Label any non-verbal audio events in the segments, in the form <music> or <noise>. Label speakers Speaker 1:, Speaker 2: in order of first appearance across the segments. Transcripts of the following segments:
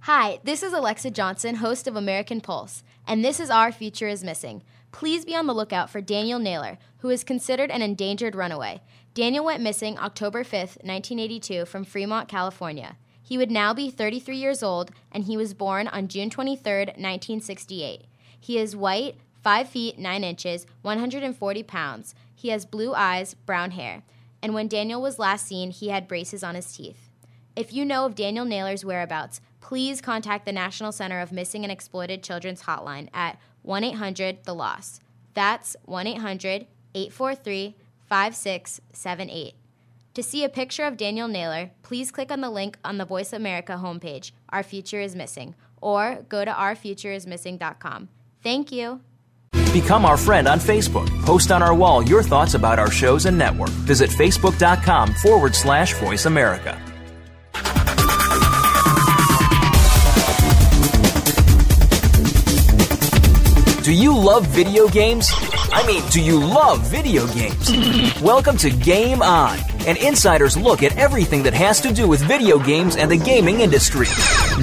Speaker 1: Hi, this is Alexa Johnson, host of American Pulse, and this is Our Future is Missing. Please be on the lookout for Daniel Naylor, who is considered an endangered runaway. Daniel went missing October 5th, 1982, from Fremont, California. He would now be 33 years old, and he was born on June 23rd, 1968. He is white, 5 feet 9 inches, 140 pounds. He has blue eyes, brown hair, and when Daniel was last seen, he had braces on his teeth. If you know of Daniel Naylor's whereabouts, please contact the National Center of Missing and Exploited Children's Hotline at 1 800 The Loss. That's 1 800 843 5678. To see a picture of Daniel Naylor, please click on the link on the Voice America homepage, Our Future is Missing, or go to ourfutureismissing.com. Thank you.
Speaker 2: Become our friend on Facebook. Post on our wall your thoughts about our shows and network. Visit facebook.com forward slash voice America. Do you love video games? I mean, do you love video games? Welcome to Game On, an insider's look at everything that has to do with video games and the gaming industry.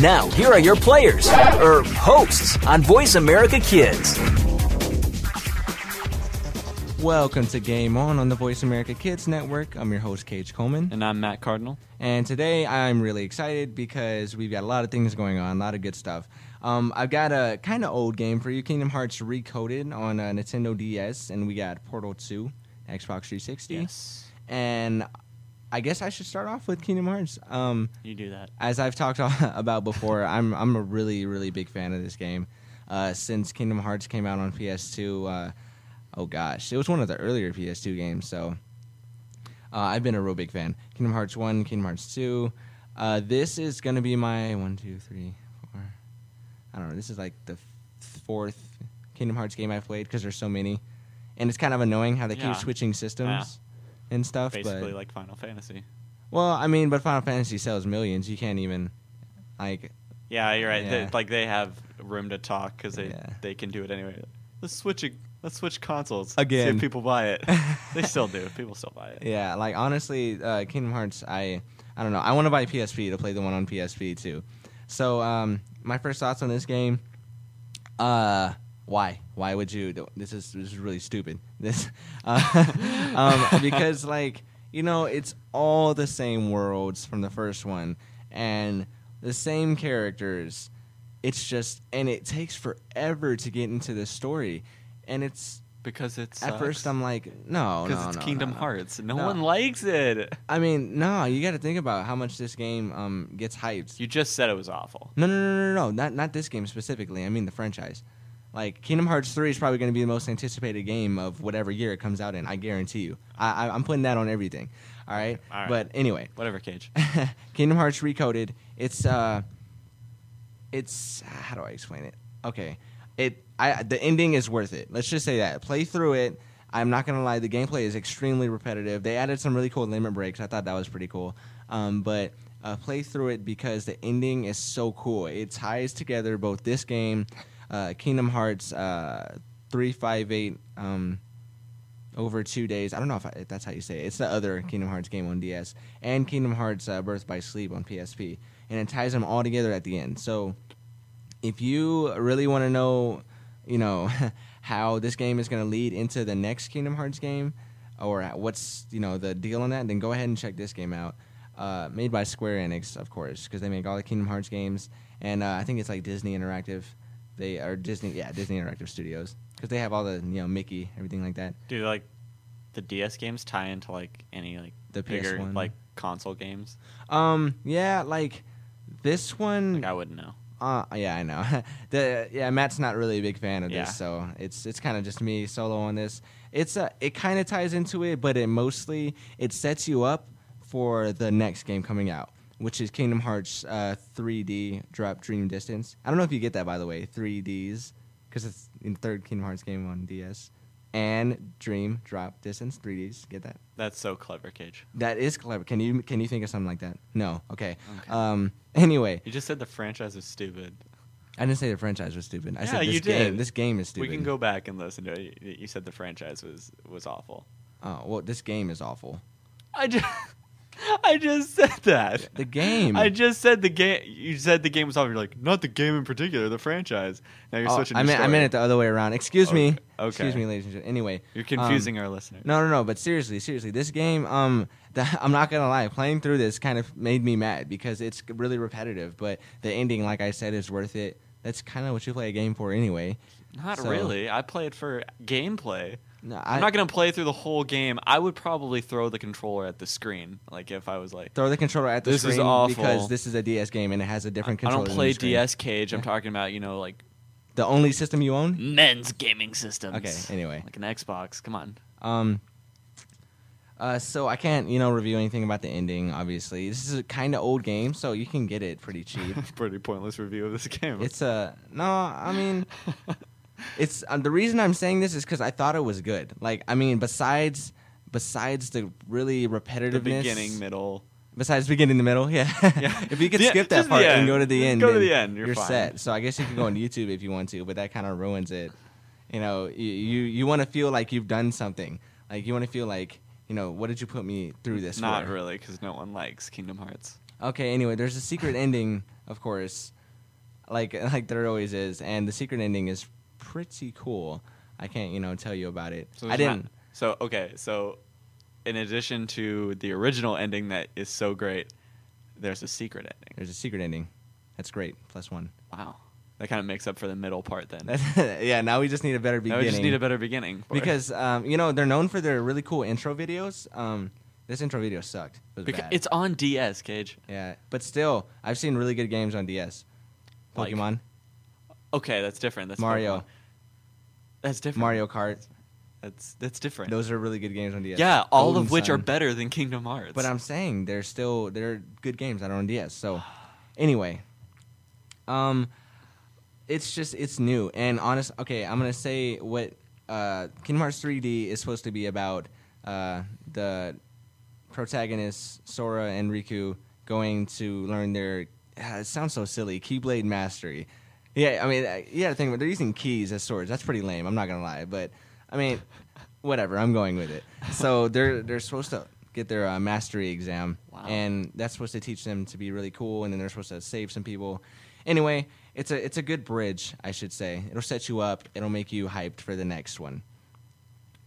Speaker 2: Now, here are your players, or hosts, on Voice America Kids.
Speaker 3: Welcome to Game On on the Voice America Kids Network. I'm your host, Cage Coleman.
Speaker 4: And I'm Matt Cardinal.
Speaker 3: And today I'm really excited because we've got a lot of things going on, a lot of good stuff. Um, I've got a kind of old game for you Kingdom Hearts Recoded on uh, Nintendo DS, and we got Portal 2, Xbox 360.
Speaker 4: Yes.
Speaker 3: And I guess I should start off with Kingdom Hearts. Um,
Speaker 4: You do that.
Speaker 3: as I've talked <laughs> about before, I'm I'm a really really big fan of this game. Uh, since Kingdom Hearts came out on PS2, uh, oh gosh, it was one of the earlier PS2 games. So uh, I've been a real big fan. Kingdom Hearts One, Kingdom Hearts Two. Uh, this is gonna be my one, two, three, four. I don't know. This is like the f- fourth Kingdom Hearts game I've played because there's so many, and it's kind of annoying how they
Speaker 4: Yeah.
Speaker 3: keep switching systems and stuff. but,
Speaker 4: Basically, like Final Fantasy.
Speaker 3: well, I mean, but Final Fantasy sells millions. You can't even like
Speaker 4: Yeah, you're right. They-
Speaker 3: Yeah.
Speaker 4: like they have room to talk because they
Speaker 3: Yeah.
Speaker 4: they can do it anyway. Let's switch. it- Let's switch consoles See
Speaker 3: Again.
Speaker 4: if people buy
Speaker 3: <laughs>
Speaker 4: it. they still do. People still buy it.
Speaker 3: yeah, like honestly, uh, Kingdom Hearts. I I don't know. I want to buy PSP to play the one on PSP too. So um, my first thoughts on this game. Uh, why? Why would you? do- This is this is really stupid. <laughs> This uh,
Speaker 4: <laughs>
Speaker 3: um, because like you know it's all the same worlds from the first one and the same characters. It's just and it takes forever to get into the story, and it's
Speaker 4: Because it's
Speaker 3: at first I'm like no
Speaker 4: because
Speaker 3: no,
Speaker 4: it's
Speaker 3: no,
Speaker 4: Kingdom
Speaker 3: no, no.
Speaker 4: Hearts. No,
Speaker 3: No.
Speaker 4: one likes it.
Speaker 3: I mean, no, you got to think about how much this game um, gets hyped.
Speaker 4: You just said it was awful.
Speaker 3: No, no, no, no, no, not not this game specifically. I mean the franchise. Like Kingdom Hearts three is probably going to be the most anticipated game of whatever year it comes out in. I guarantee you. I, I I'm putting that on everything. All right.
Speaker 4: All right.
Speaker 3: But anyway,
Speaker 4: Whatever,
Speaker 3: <laughs>
Speaker 4: Cage.
Speaker 3: Kingdom Hearts Recoded. It's uh, it's how do I explain it? Okay, it I the ending is worth it. Let's just say that play through it. I'm not gonna lie, the gameplay is extremely repetitive. They added some really cool limit breaks. I thought that was pretty cool. Um, but uh, play through it because the ending is so cool. It ties together both this game, uh, Kingdom Hearts uh, three five eight. Um, over two days. I don't know if, I, if that's how you say it. It's the other Kingdom Hearts game on DS and Kingdom Hearts uh, Birth by Sleep on PSP, and it ties them all together at the end. So, if you really want to know, you know, <laughs> how this game is going to lead into the next Kingdom Hearts game, or what's you know the deal on that, then go ahead and check this game out. Uh, made by Square Enix, of course, because they make all the Kingdom Hearts games, and uh, I think it's like Disney Interactive. They are Disney, yeah, Disney Interactive Studios, because they have all the you know Mickey, everything like that.
Speaker 4: Do like the DS games tie into like any like
Speaker 3: The
Speaker 4: bigger
Speaker 3: PS1.
Speaker 4: like console games?
Speaker 3: Um, yeah, like this one.
Speaker 4: Like I wouldn't know.
Speaker 3: uh, yeah, I know. <laughs> the yeah, Matt's not really a big fan of
Speaker 4: Yeah.
Speaker 3: this, so it's it's kind of just me solo on this. It's uh, it kind of ties into it, but it mostly it sets you up for the next game coming out, which is Kingdom Hearts uh, 3D Drop Dream Distance. I don't know if you get that by the way, 3Ds, because it's in third Kingdom Hearts game on DS, and Dream Drop Distance 3Ds. Get that?
Speaker 4: That's so clever, Cage.
Speaker 3: That is clever. Can you can you think of something like that? No. Okay.
Speaker 4: Okay.
Speaker 3: Um. Anyway,
Speaker 4: You just said the franchise is stupid.
Speaker 3: I didn't say the franchise was stupid. I
Speaker 4: Yeah,
Speaker 3: said this
Speaker 4: you
Speaker 3: game.
Speaker 4: did.
Speaker 3: This game is stupid.
Speaker 4: We can go back and listen to it. You- You said the franchise was was awful.
Speaker 3: Oh well, this game is awful.
Speaker 4: I just <laughs> I just said that.
Speaker 3: The game.
Speaker 4: I just said the game. You said the game was off. You're like, not the game in particular, the franchise. Now you're
Speaker 3: Oh,
Speaker 4: switching.
Speaker 3: I
Speaker 4: to
Speaker 3: meant I
Speaker 4: story.
Speaker 3: meant it the other way around. Excuse me.
Speaker 4: Okay.
Speaker 3: Excuse me, ladies and gentlemen. Anyway,
Speaker 4: You're
Speaker 3: um,
Speaker 4: confusing our listeners.
Speaker 3: No, no, no. But seriously, seriously, this game, um, <laughs> the, I'm not gonna lie, playing through this kind of made me mad because it's really repetitive. But the ending, like I said, is worth it. That's kind of what you play a game for, anyway.
Speaker 4: Not
Speaker 3: So-
Speaker 4: really. I played for gameplay.
Speaker 3: No,
Speaker 4: I,
Speaker 3: I
Speaker 4: am not gonna play through the whole game. I would probably throw the controller at the screen. Like if I was like,
Speaker 3: throw the controller at the
Speaker 4: This is
Speaker 3: screen
Speaker 4: awful.
Speaker 3: because this is a DS game and it has a different
Speaker 4: I
Speaker 3: controller.
Speaker 4: don't
Speaker 3: than
Speaker 4: play
Speaker 3: the screen.
Speaker 4: DS Cage. I'm talking about you know like
Speaker 3: The only system you own.
Speaker 4: men's gaming systems.
Speaker 3: Okay. Anyway,
Speaker 4: Like an Xbox. Come on.
Speaker 3: Um, uh, so I can't, you know, review anything about the ending. Obviously, this is a kind of old game, so you can get it pretty
Speaker 4: <laughs>
Speaker 3: cheap.
Speaker 4: Pretty pointless review of this game.
Speaker 3: it's a no. I mean, it's uh, the reason I'm saying this is because I thought it was good. Like, I mean, besides besides the really
Speaker 4: the
Speaker 3: repetitiveness,
Speaker 4: beginning, middle.
Speaker 3: besides beginning, the middle, yeah.
Speaker 4: Yeah.
Speaker 3: <laughs> if you could
Speaker 4: The-
Speaker 3: skip
Speaker 4: just
Speaker 3: that
Speaker 4: the
Speaker 3: part and
Speaker 4: end.
Speaker 3: go to the
Speaker 4: Just
Speaker 3: end,
Speaker 4: go to
Speaker 3: then
Speaker 4: the end, you're fine.
Speaker 3: set. So I guess you could go on YouTube if you want to, but that kind of ruins it. You know, you you, you want to feel like you've done something. Like you want to feel like you know what did you put me through this?
Speaker 4: Not
Speaker 3: for?
Speaker 4: really, because no one likes Kingdom Hearts.
Speaker 3: Okay. Anyway, there's a secret ending, of course, like <laughs> like there always is, and the secret ending is pretty cool. I can't you know tell you about it. I
Speaker 4: there's not-
Speaker 3: didn't.
Speaker 4: so okay, so in addition to the original ending that is so great, there's a secret ending.
Speaker 3: There's a secret ending. That's great. Plus one. <laughs>
Speaker 4: Wow, that kind of makes up for the middle part. Then
Speaker 3: yeah. Now we just need a better
Speaker 4: now
Speaker 3: beginning.
Speaker 4: we just need a better beginning for it.
Speaker 3: because um, you know they're known for their really cool intro videos. Um, this intro video sucked. It was
Speaker 4: Beca-
Speaker 3: bad.
Speaker 4: it's on DS, Cage.
Speaker 3: yeah, but still, I've seen really good games on DS.
Speaker 4: Like-
Speaker 3: Pokemon,
Speaker 4: Okay, that's different. That's
Speaker 3: Mario,
Speaker 4: Pokemon. That's different.
Speaker 3: Mario Kart.
Speaker 4: That's that's different.
Speaker 3: Those are really good games on DS.
Speaker 4: yeah, all
Speaker 3: Golden
Speaker 4: of which are
Speaker 3: Sun.
Speaker 4: better than Kingdom Hearts.
Speaker 3: But I'm saying they're still they're good games that are on DS. So anyway, um, it's just it's new and honest. Okay, I'm gonna say what uh, Kingdom Hearts 3D is supposed to be about uh, the protagonists Sora and Riku going to learn their. ah, It sounds so silly. Keyblade mastery. Yeah, I mean, uh, you gotta think about. They're using keys as swords. That's pretty lame. I'm not gonna lie, but I mean, whatever. I'm going with it. So they're they're supposed to get their uh, mastery exam,
Speaker 4: Wow.
Speaker 3: and that's supposed to teach them to be really cool, and then they're supposed to save some people. Anyway, it's a it's a good bridge, I should say. It'll set you up. It'll make you hyped for the next one,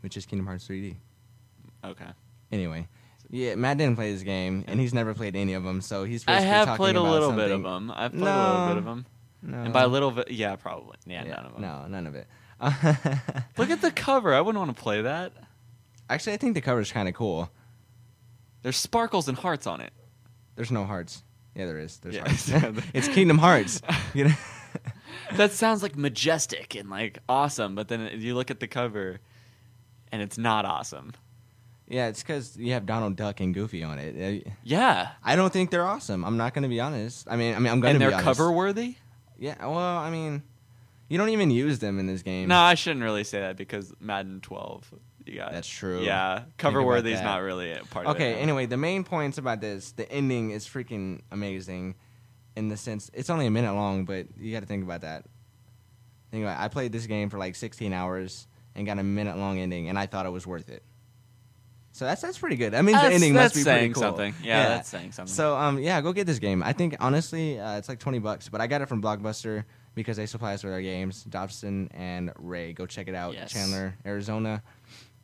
Speaker 3: which is Kingdom Hearts 3D.
Speaker 4: okay.
Speaker 3: Anyway, yeah, Matt didn't play this game, and he's never played any of them, so he's.
Speaker 4: I
Speaker 3: basically
Speaker 4: have
Speaker 3: talking
Speaker 4: played a
Speaker 3: about
Speaker 4: little bit of
Speaker 3: something-
Speaker 4: them. I've played a little
Speaker 3: No.
Speaker 4: bit of them.
Speaker 3: No.
Speaker 4: And by little bit, yeah, probably. Yeah,
Speaker 3: Yeah,
Speaker 4: none of them.
Speaker 3: No, none of it.
Speaker 4: Look at the cover. I wouldn't want to play that.
Speaker 3: <laughs> Actually, I think the cover's kind of cool.
Speaker 4: There's sparkles and hearts on it.
Speaker 3: There's no hearts. Yeah, there is. There's
Speaker 4: <laughs> Yeah.
Speaker 3: hearts. <laughs> it's Kingdom
Speaker 4: <laughs>
Speaker 3: Hearts. You know? <laughs>
Speaker 4: That sounds like majestic and like awesome, but then you look at the cover and it's not awesome.
Speaker 3: Yeah, it's because you have Donald Duck and Goofy on it. Uh,
Speaker 4: Yeah.
Speaker 3: I don't think they're awesome. I'm not going to be honest. I mean, I mean, I'm going to
Speaker 4: And
Speaker 3: be
Speaker 4: they're
Speaker 3: honest.
Speaker 4: cover worthy?
Speaker 3: Yeah. Well, I mean, you don't even use them in this game.
Speaker 4: No, I shouldn't really say that because Madden 12. You got
Speaker 3: That's true.
Speaker 4: Yeah.
Speaker 3: Think
Speaker 4: Cover
Speaker 3: about
Speaker 4: worthy is
Speaker 3: that.
Speaker 4: not really a part of it.
Speaker 3: Okay, anyway, the main points about this, the ending is freaking amazing in the sense it's only a minute long, but you got to think about that. Think about I played this game for like 16 hours and got a minute long ending and I thought it was worth it. So that's that's pretty good. That means
Speaker 4: That's-
Speaker 3: the ending must be
Speaker 4: that's
Speaker 3: pretty
Speaker 4: saying
Speaker 3: cool.
Speaker 4: something. Yeah, that's saying something.
Speaker 3: So um yeah, go get this game. I think honestly, uh, it's like 20 bucks, but I got it from Blockbuster because they supply us with our games. Dobson and Ray, go check it out.
Speaker 4: Yes.
Speaker 3: Chandler, Arizona.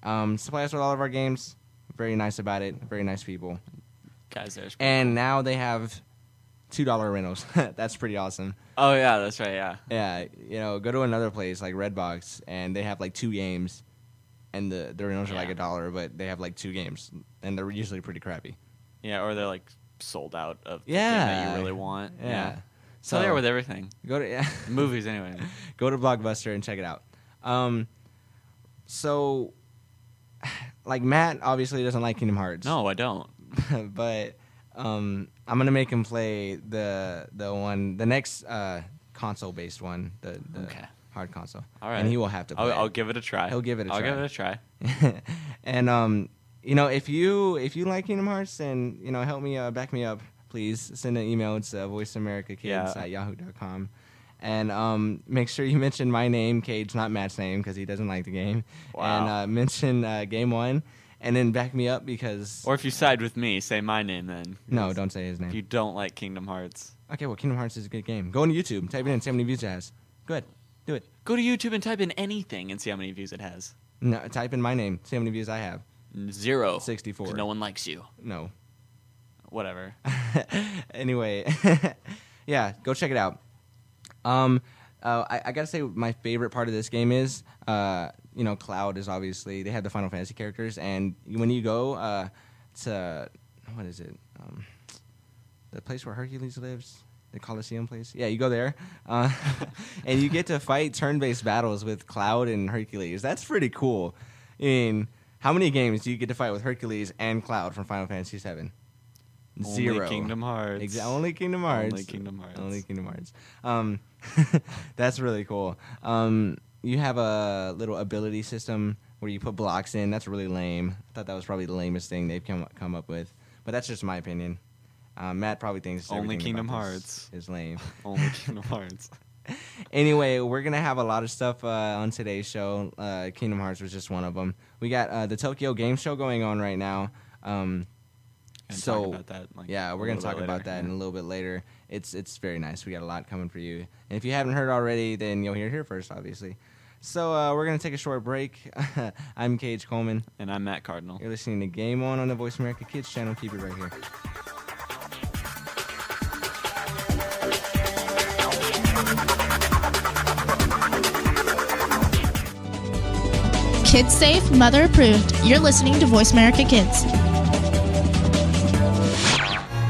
Speaker 3: Um, supply us with all of our games. Very nice about it. Very nice people.
Speaker 4: Guys, there's.
Speaker 3: And now they have two dollar rentals. <laughs> That's pretty awesome.
Speaker 4: oh, yeah, that's right. Yeah.
Speaker 3: Yeah, you know, go to another place like Redbox, and they have like two games, and the the rentals are like
Speaker 4: Yeah.
Speaker 3: a dollar, but they have like two games, and they're usually pretty crappy.
Speaker 4: Yeah, or they're like sold out of the game that
Speaker 3: Yeah.
Speaker 4: you really want.
Speaker 3: Yeah.
Speaker 4: So, there with everything.
Speaker 3: Go to <laughs> yeah.
Speaker 4: Movies, anyway.
Speaker 3: go to Blockbuster and check it out. Um, so, <sighs> like Matt obviously doesn't like Kingdom Hearts.
Speaker 4: No, I don't.
Speaker 3: <laughs> but um, I'm gonna make him play the the one the next uh, console based one the, the
Speaker 4: Okay.
Speaker 3: hard console.
Speaker 4: All right.
Speaker 3: and he will have to play.
Speaker 4: I'll, I'll
Speaker 3: it.
Speaker 4: give it a try.
Speaker 3: He'll give it a
Speaker 4: I'll
Speaker 3: try.
Speaker 4: give it a try.
Speaker 3: <laughs> and um, you know if you if you like Kingdom Hearts and you know help me uh, back me up, please send an email. It's uh, voiceamericakids
Speaker 4: Yeah.
Speaker 3: at yahoo.com. And um, make sure you <laughs> mention my name, Cage, not Matt's name, because he doesn't like the game.
Speaker 4: Wow.
Speaker 3: And uh, mention uh, game one, and then back me up because
Speaker 4: Or if you side with me, say my name then.
Speaker 3: no, don't say his
Speaker 4: If you
Speaker 3: name.
Speaker 4: don't like Kingdom Hearts,
Speaker 3: Okay, well, Kingdom Hearts is a good game. Go on YouTube, type it in, see how many views it has. Go ahead, do it.
Speaker 4: go to YouTube and type in anything and see how many views it has.
Speaker 3: No, type in my name, see how many views I have.
Speaker 4: Zero.
Speaker 3: 64.
Speaker 4: 'Cause No one likes you.
Speaker 3: No. <laughs>
Speaker 4: Whatever.
Speaker 3: anyway, <laughs> yeah, go check it out. Um, uh, I, I gotta say, my favorite part of this game is, uh, you know, Cloud is obviously they have the Final Fantasy characters, and when you go uh, to what is it, um, the place where Hercules lives. The Coliseum place, yeah, you go there, uh, <laughs> and you get to fight turn-based battles with Cloud and Hercules. That's pretty cool. I mean, how many games do you get to fight with Hercules and Cloud from Final Fantasy VII? <laughs> Zero.
Speaker 4: Only Kingdom Hearts.
Speaker 3: Exa- only Kingdom Hearts.
Speaker 4: Only Kingdom Hearts.
Speaker 3: Only Kingdom Hearts. Um, <laughs> that's really cool. Um, you have a little ability system where you put blocks in. That's really lame. I thought that was probably the lamest thing they've come come up with, but that's just my opinion. Um, Matt probably thinks
Speaker 4: Only
Speaker 3: everything
Speaker 4: Kingdom
Speaker 3: about
Speaker 4: Hearts.
Speaker 3: this is lame.
Speaker 4: <laughs>
Speaker 3: <laughs>
Speaker 4: Only Kingdom Hearts.
Speaker 3: anyway, we're gonna have a lot of stuff uh, on today's show. Uh, Kingdom Hearts was just one of them. We got uh, the Tokyo Game Show going on right now. Um,
Speaker 4: And talk
Speaker 3: so
Speaker 4: about that, like,
Speaker 3: yeah,
Speaker 4: a
Speaker 3: we're gonna
Speaker 4: little
Speaker 3: talk
Speaker 4: bit
Speaker 3: about
Speaker 4: later.
Speaker 3: that in a little bit later. It's it's very nice. We got a lot coming for you, and if you haven't heard already, then you'll hear it here first, obviously. So uh, we're gonna take a short break. <laughs> I'm Cage Coleman.
Speaker 4: And I'm Matt Cardinal.
Speaker 3: You're listening to Game On on the Voice America Kids channel. Keep it right here.
Speaker 5: Kids safe, mother approved. You're listening to Voice America Kids.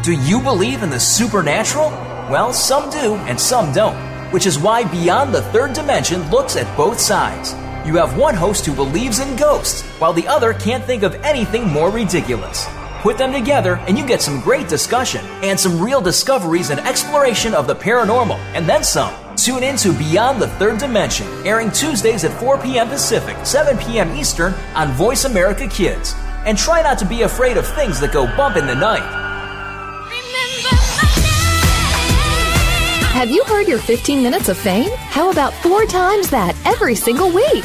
Speaker 2: Do you believe in the supernatural? Well, some do and some don't, which is why Beyond the Third Dimension looks at both sides. You have one host who believes in ghosts, while the other can't think of anything more ridiculous. Put them together and you get some great discussion and some real discoveries and exploration of the paranormal, and then some. Tune in to Beyond the Third Dimension, airing Tuesdays at 4 p.m. Pacific, 7 p.m. Eastern on Voice America Kids. And try not to be afraid of things that go bump in the night.
Speaker 6: Have you heard your 15 minutes of fame? How about four times that every single week?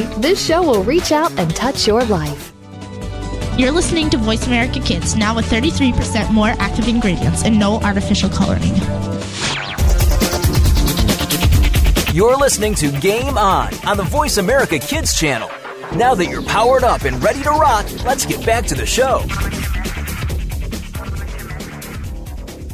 Speaker 6: this show will reach out and touch your life.
Speaker 5: You're listening to Voice America Kids now with 33% more active ingredients and no artificial coloring.
Speaker 2: You're listening to Game On on the Voice America Kids channel. Now that you're powered up and ready to rock, let's get back to the show.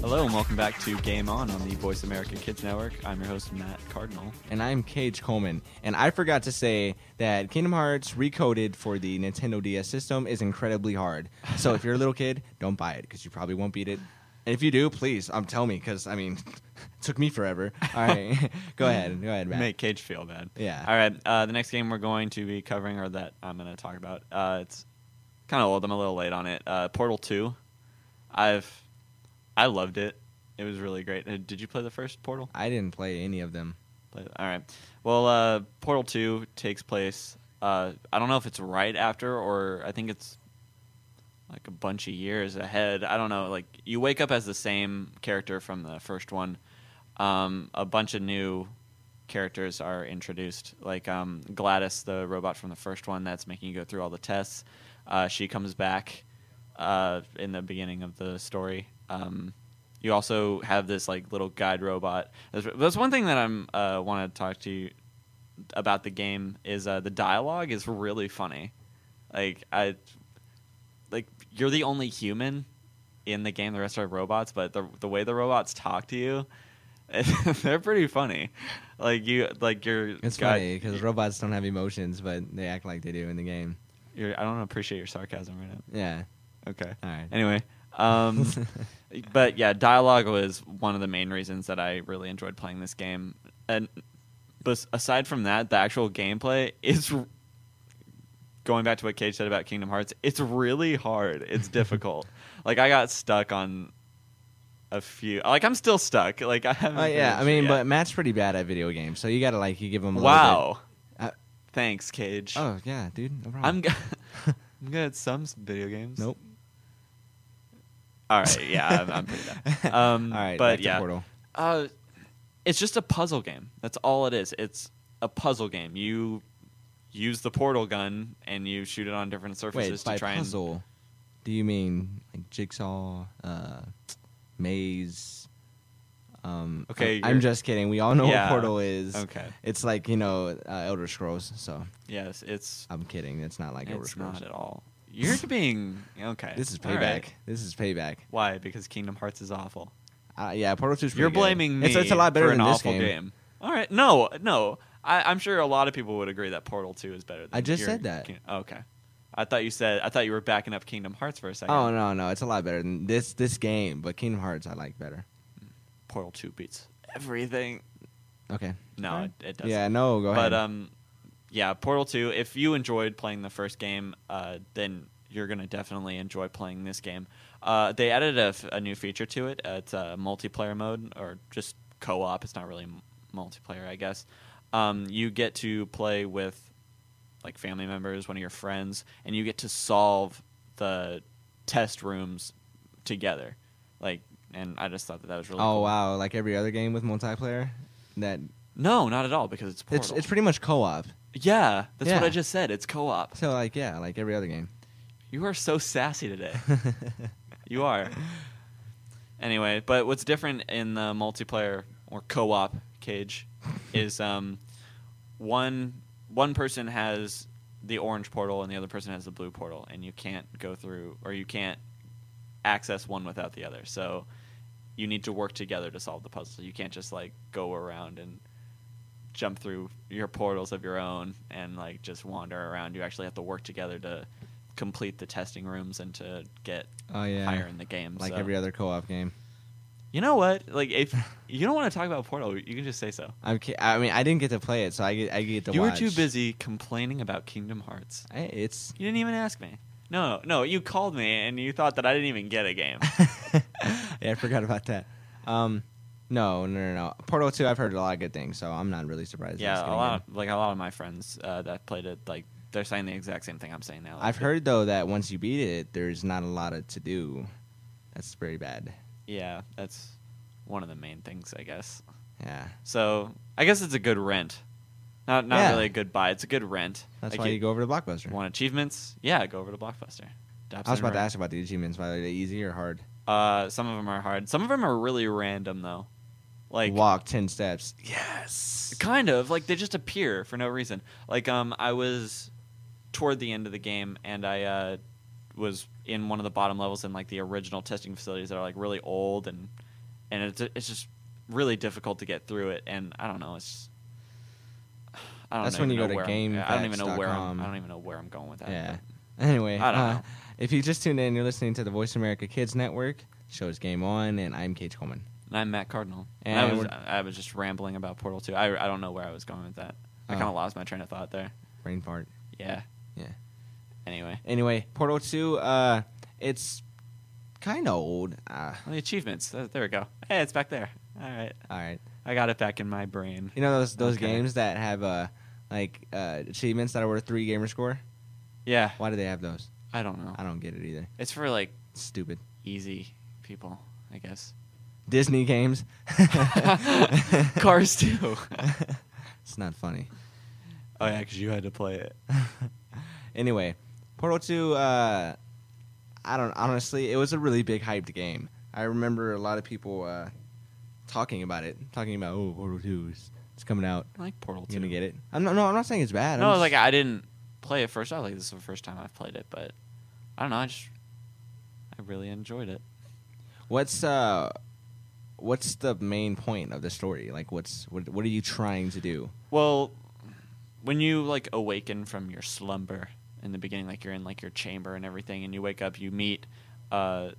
Speaker 4: Hello and welcome back to Game On on the Voice America Kids Network. I'm your host, Matt Cardinal.
Speaker 3: and I'm Cage Coleman. And I forgot to say that Kingdom Hearts Recoded for the Nintendo DS system is incredibly hard. So if you're a little kid, don't buy it because you probably won't beat it. And if you do, please um, tell me because I mean, <laughs> it took me forever. All right, <laughs> go ahead, go ahead, Matt.
Speaker 4: Make Cage feel bad.
Speaker 3: Yeah.
Speaker 4: All right. Uh, the next game we're going to be covering, or that I'm going to talk about, uh, it's kind of old. I'm a little late on it. Uh, Portal Two. I've I loved it. It was really great. Uh, did you play the first Portal?
Speaker 3: I didn't play any of them.
Speaker 4: Play- All right. Well, uh, Portal Two takes place. Uh, I don't know if it's right after, or I think it's like a bunch of years ahead. I don't know. Like you wake up as the same character from the first one. Um, a bunch of new characters are introduced. Like um, Gladys, the robot from the first one, that's making you go through all the tests. Uh, she comes back uh, in the beginning of the story. Um, you also have this like little guide robot. That's, that's one thing that I'm uh, want to talk to you about the game is uh, the dialogue is really funny. Like I, like you're the only human in the game. The rest are robots, but the the way the robots talk to you, <laughs> they're pretty funny. Like you, like you're.
Speaker 3: It's
Speaker 4: God,
Speaker 3: funny because robots don't have emotions, but they act like they do in the game.
Speaker 4: You're, I don't appreciate your sarcasm right now.
Speaker 3: Yeah.
Speaker 4: Okay.
Speaker 3: All right.
Speaker 4: Anyway,
Speaker 3: <laughs>
Speaker 4: um, but yeah, dialogue was one of the main reasons that I really enjoyed playing this game. And but aside from that, the actual gameplay is r- going back to what Cage said about Kingdom Hearts. It's really hard.
Speaker 3: <laughs>
Speaker 4: It's difficult. Like I got stuck on a few. Like I'm still stuck. Like I haven't.
Speaker 3: Oh yeah, I
Speaker 4: finished it
Speaker 3: mean,
Speaker 4: yet.
Speaker 3: but Matt's pretty bad at video games, so you gotta like you give him. A little
Speaker 4: wow.
Speaker 3: Uh,
Speaker 4: Thanks, Cage.
Speaker 3: bit- Oh yeah, dude. No problem.
Speaker 4: I'm g- <laughs>
Speaker 3: <laughs>
Speaker 4: I'm good at some s- video games.
Speaker 3: Nope.
Speaker 4: All right. Yeah, I'm, I'm pretty
Speaker 3: <laughs>
Speaker 4: bad. Um,
Speaker 3: All right.
Speaker 4: but
Speaker 3: back to
Speaker 4: yeah,
Speaker 3: Portal.
Speaker 4: Uh, it's just a puzzle game. That's all it is. It's a puzzle game. You use the portal gun and you shoot it on different surfaces
Speaker 3: Wait,
Speaker 4: to
Speaker 3: by
Speaker 4: try
Speaker 3: puzzle, do you mean like jigsaw, uh, maze? Um,
Speaker 4: Okay,
Speaker 3: I, am
Speaker 4: you're-
Speaker 3: just kidding. We all know
Speaker 4: Yeah,
Speaker 3: what Portal is.
Speaker 4: okay.
Speaker 3: It's like you know uh, Elder Scrolls. So
Speaker 4: and yes, it's
Speaker 3: I'm kidding. It's not like Elder
Speaker 4: it's
Speaker 3: Scrolls.
Speaker 4: not at all. You're being okay.
Speaker 3: This is
Speaker 4: all
Speaker 3: payback.
Speaker 4: right.
Speaker 3: This is payback.
Speaker 4: Why? Because Kingdom Hearts is awful.
Speaker 3: Uh, yeah, Portal 2 is pretty
Speaker 4: You're
Speaker 3: good.
Speaker 4: blaming me.
Speaker 3: It's, it's a lot better
Speaker 4: for an
Speaker 3: than this
Speaker 4: awful
Speaker 3: game.
Speaker 4: All right. No, no. I, I'm sure a lot of people would agree that Portal Two is better. than
Speaker 3: I just
Speaker 4: your
Speaker 3: said that.
Speaker 4: King- okay. I thought you said. I thought you were backing up Kingdom Hearts for a second.
Speaker 3: Oh no, no, it's a lot better than this this game. But Kingdom Hearts, I like better.
Speaker 4: Portal Two beats everything.
Speaker 3: Okay.
Speaker 4: No, it, it doesn't.
Speaker 3: Yeah, no, go ahead.
Speaker 4: but um, yeah, Portal Two. If you enjoyed playing the first game, uh, then you're gonna definitely enjoy playing this game. Uh, they added a, f- a new feature to it. Uh, it's a multiplayer mode or just co-op. It's not really m- multiplayer, I guess. Um, you get to play with like family members, one of your friends, and you get to solve the test rooms together. Like, and I just thought that that was really.
Speaker 3: oh
Speaker 4: cool.
Speaker 3: wow, like every other game with multiplayer, that
Speaker 4: No, not at all because it's Portal.
Speaker 3: it's it's pretty much co-op.
Speaker 4: Yeah, that's what
Speaker 3: Yeah.
Speaker 4: I just said. It's co-op.
Speaker 3: So like yeah, like every other game.
Speaker 4: You are so sassy today. you are. Anyway, but what's different in the multiplayer or co-op
Speaker 3: <laughs>
Speaker 4: cage is um, one one person has the orange portal and the other person has the blue portal, and you can't go through or you can't access one without the other. So you need to work together to solve the puzzle. You can't just like go around and jump through your portals of your own and like just wander around. You actually have to work together to complete the testing rooms and to get
Speaker 3: Oh yeah.
Speaker 4: higher in the game.
Speaker 3: like
Speaker 4: so.
Speaker 3: every other co-op game.
Speaker 4: you know what? Like if you don't want to talk about Portal, you can just say so.
Speaker 3: I'm ki- I mean, I didn't get to play it, so I get I get to
Speaker 4: you
Speaker 3: watch.
Speaker 4: were too busy complaining about Kingdom Hearts.
Speaker 3: I, it's <laughs>
Speaker 4: You didn't even ask me. No, no, you called me and you thought that I didn't even get
Speaker 3: <laughs>
Speaker 4: a game.
Speaker 3: yeah, I forgot about that. Um, no, no, no, no. Portal Two, I've heard a lot of good things, so I'm not really surprised. that it's
Speaker 4: yeah, a
Speaker 3: getting
Speaker 4: lot
Speaker 3: good.
Speaker 4: of, like a lot of my friends uh, that played it like they're saying the exact same thing I'm saying now.
Speaker 3: I've heard though that once you beat it, there's not a lot of to do. That's very bad.
Speaker 4: Yeah, that's one of the main things, I guess.
Speaker 3: Yeah,
Speaker 4: So I guess it's a good rent. Not not
Speaker 3: Yeah.
Speaker 4: really a good buy. It's a good rent.
Speaker 3: that's
Speaker 4: Like,
Speaker 3: why you go over to Blockbuster.
Speaker 4: Want achievements? Yeah, go over to Blockbuster.
Speaker 3: I was about to ask about the achievements. Whether they easy or hard?
Speaker 4: Uh, some of them are hard. Some of them are really random though. Like
Speaker 3: Walk ten steps. Yes.
Speaker 4: kind of like they just appear for no reason. Like um, I was toward the end of the game and I uh, was in one of the bottom levels in like the original testing facilities that are like really old and and it's it's just really difficult to get through it. And I don't know, it's. Just, I don't
Speaker 3: That's when
Speaker 4: even
Speaker 3: you
Speaker 4: know
Speaker 3: go to
Speaker 4: where I'm- I don't even know where I'm.
Speaker 3: gamefacts.com.
Speaker 4: I don't even know where I'm going with
Speaker 3: <laughs>
Speaker 4: that.
Speaker 3: Yeah. Anyway,
Speaker 4: I don't
Speaker 3: uh,
Speaker 4: know.
Speaker 3: if you just tuned in, you're listening to the Voice America Kids Network. Show's Game On, and I'm Cage Coleman.
Speaker 4: And I'm Matt Cardinal. And,
Speaker 3: And
Speaker 4: I was
Speaker 3: we're-
Speaker 4: I was just rambling about Portal 2. I, I don't know where I was going with that. I
Speaker 3: Oh.
Speaker 4: kind of lost my train of thought there.
Speaker 3: Brain fart.
Speaker 4: Yeah.
Speaker 3: Yeah.
Speaker 4: Anyway,
Speaker 3: Anyway, Portal 2, uh, it's kind of old. Uh,
Speaker 4: well, the achievements. Th- There we go. Hey, it's back there. All right.
Speaker 3: all right.
Speaker 4: I got it back in my brain.
Speaker 3: You know those those
Speaker 4: Okay.
Speaker 3: games that have uh, like uh, achievements that are worth three gamer score?
Speaker 4: Yeah.
Speaker 3: Why do they have those?
Speaker 4: I don't know.
Speaker 3: I don't get it either.
Speaker 4: It's for like
Speaker 3: It's stupid.
Speaker 4: easy people, I <laughs> guess.
Speaker 3: Disney games. <laughs>
Speaker 4: Cars 2. <laughs> oh,
Speaker 3: It's not funny.
Speaker 4: yeah, because you had to play it.
Speaker 3: Anyway, Portal 2, uh, I don't honestly, it was a really big hyped game. I remember a lot of people uh, talking about it, talking about oh Portal 2 is it's coming out.
Speaker 4: I like Portal 2.
Speaker 3: You're gonna get it. I'm not, no, I'm not saying it's bad.
Speaker 4: No,
Speaker 3: I'm
Speaker 4: like
Speaker 3: just-
Speaker 4: I didn't play it first. I was like, this is the first time I've played it, but I don't know. I just. I really enjoyed it.
Speaker 3: What's uh, what's the main point of the story? Like, what's what, what are you trying to do?
Speaker 4: Well, when you like awaken from your slumber in the beginning, like you're in like your chamber and everything, and you wake up, you meet uh,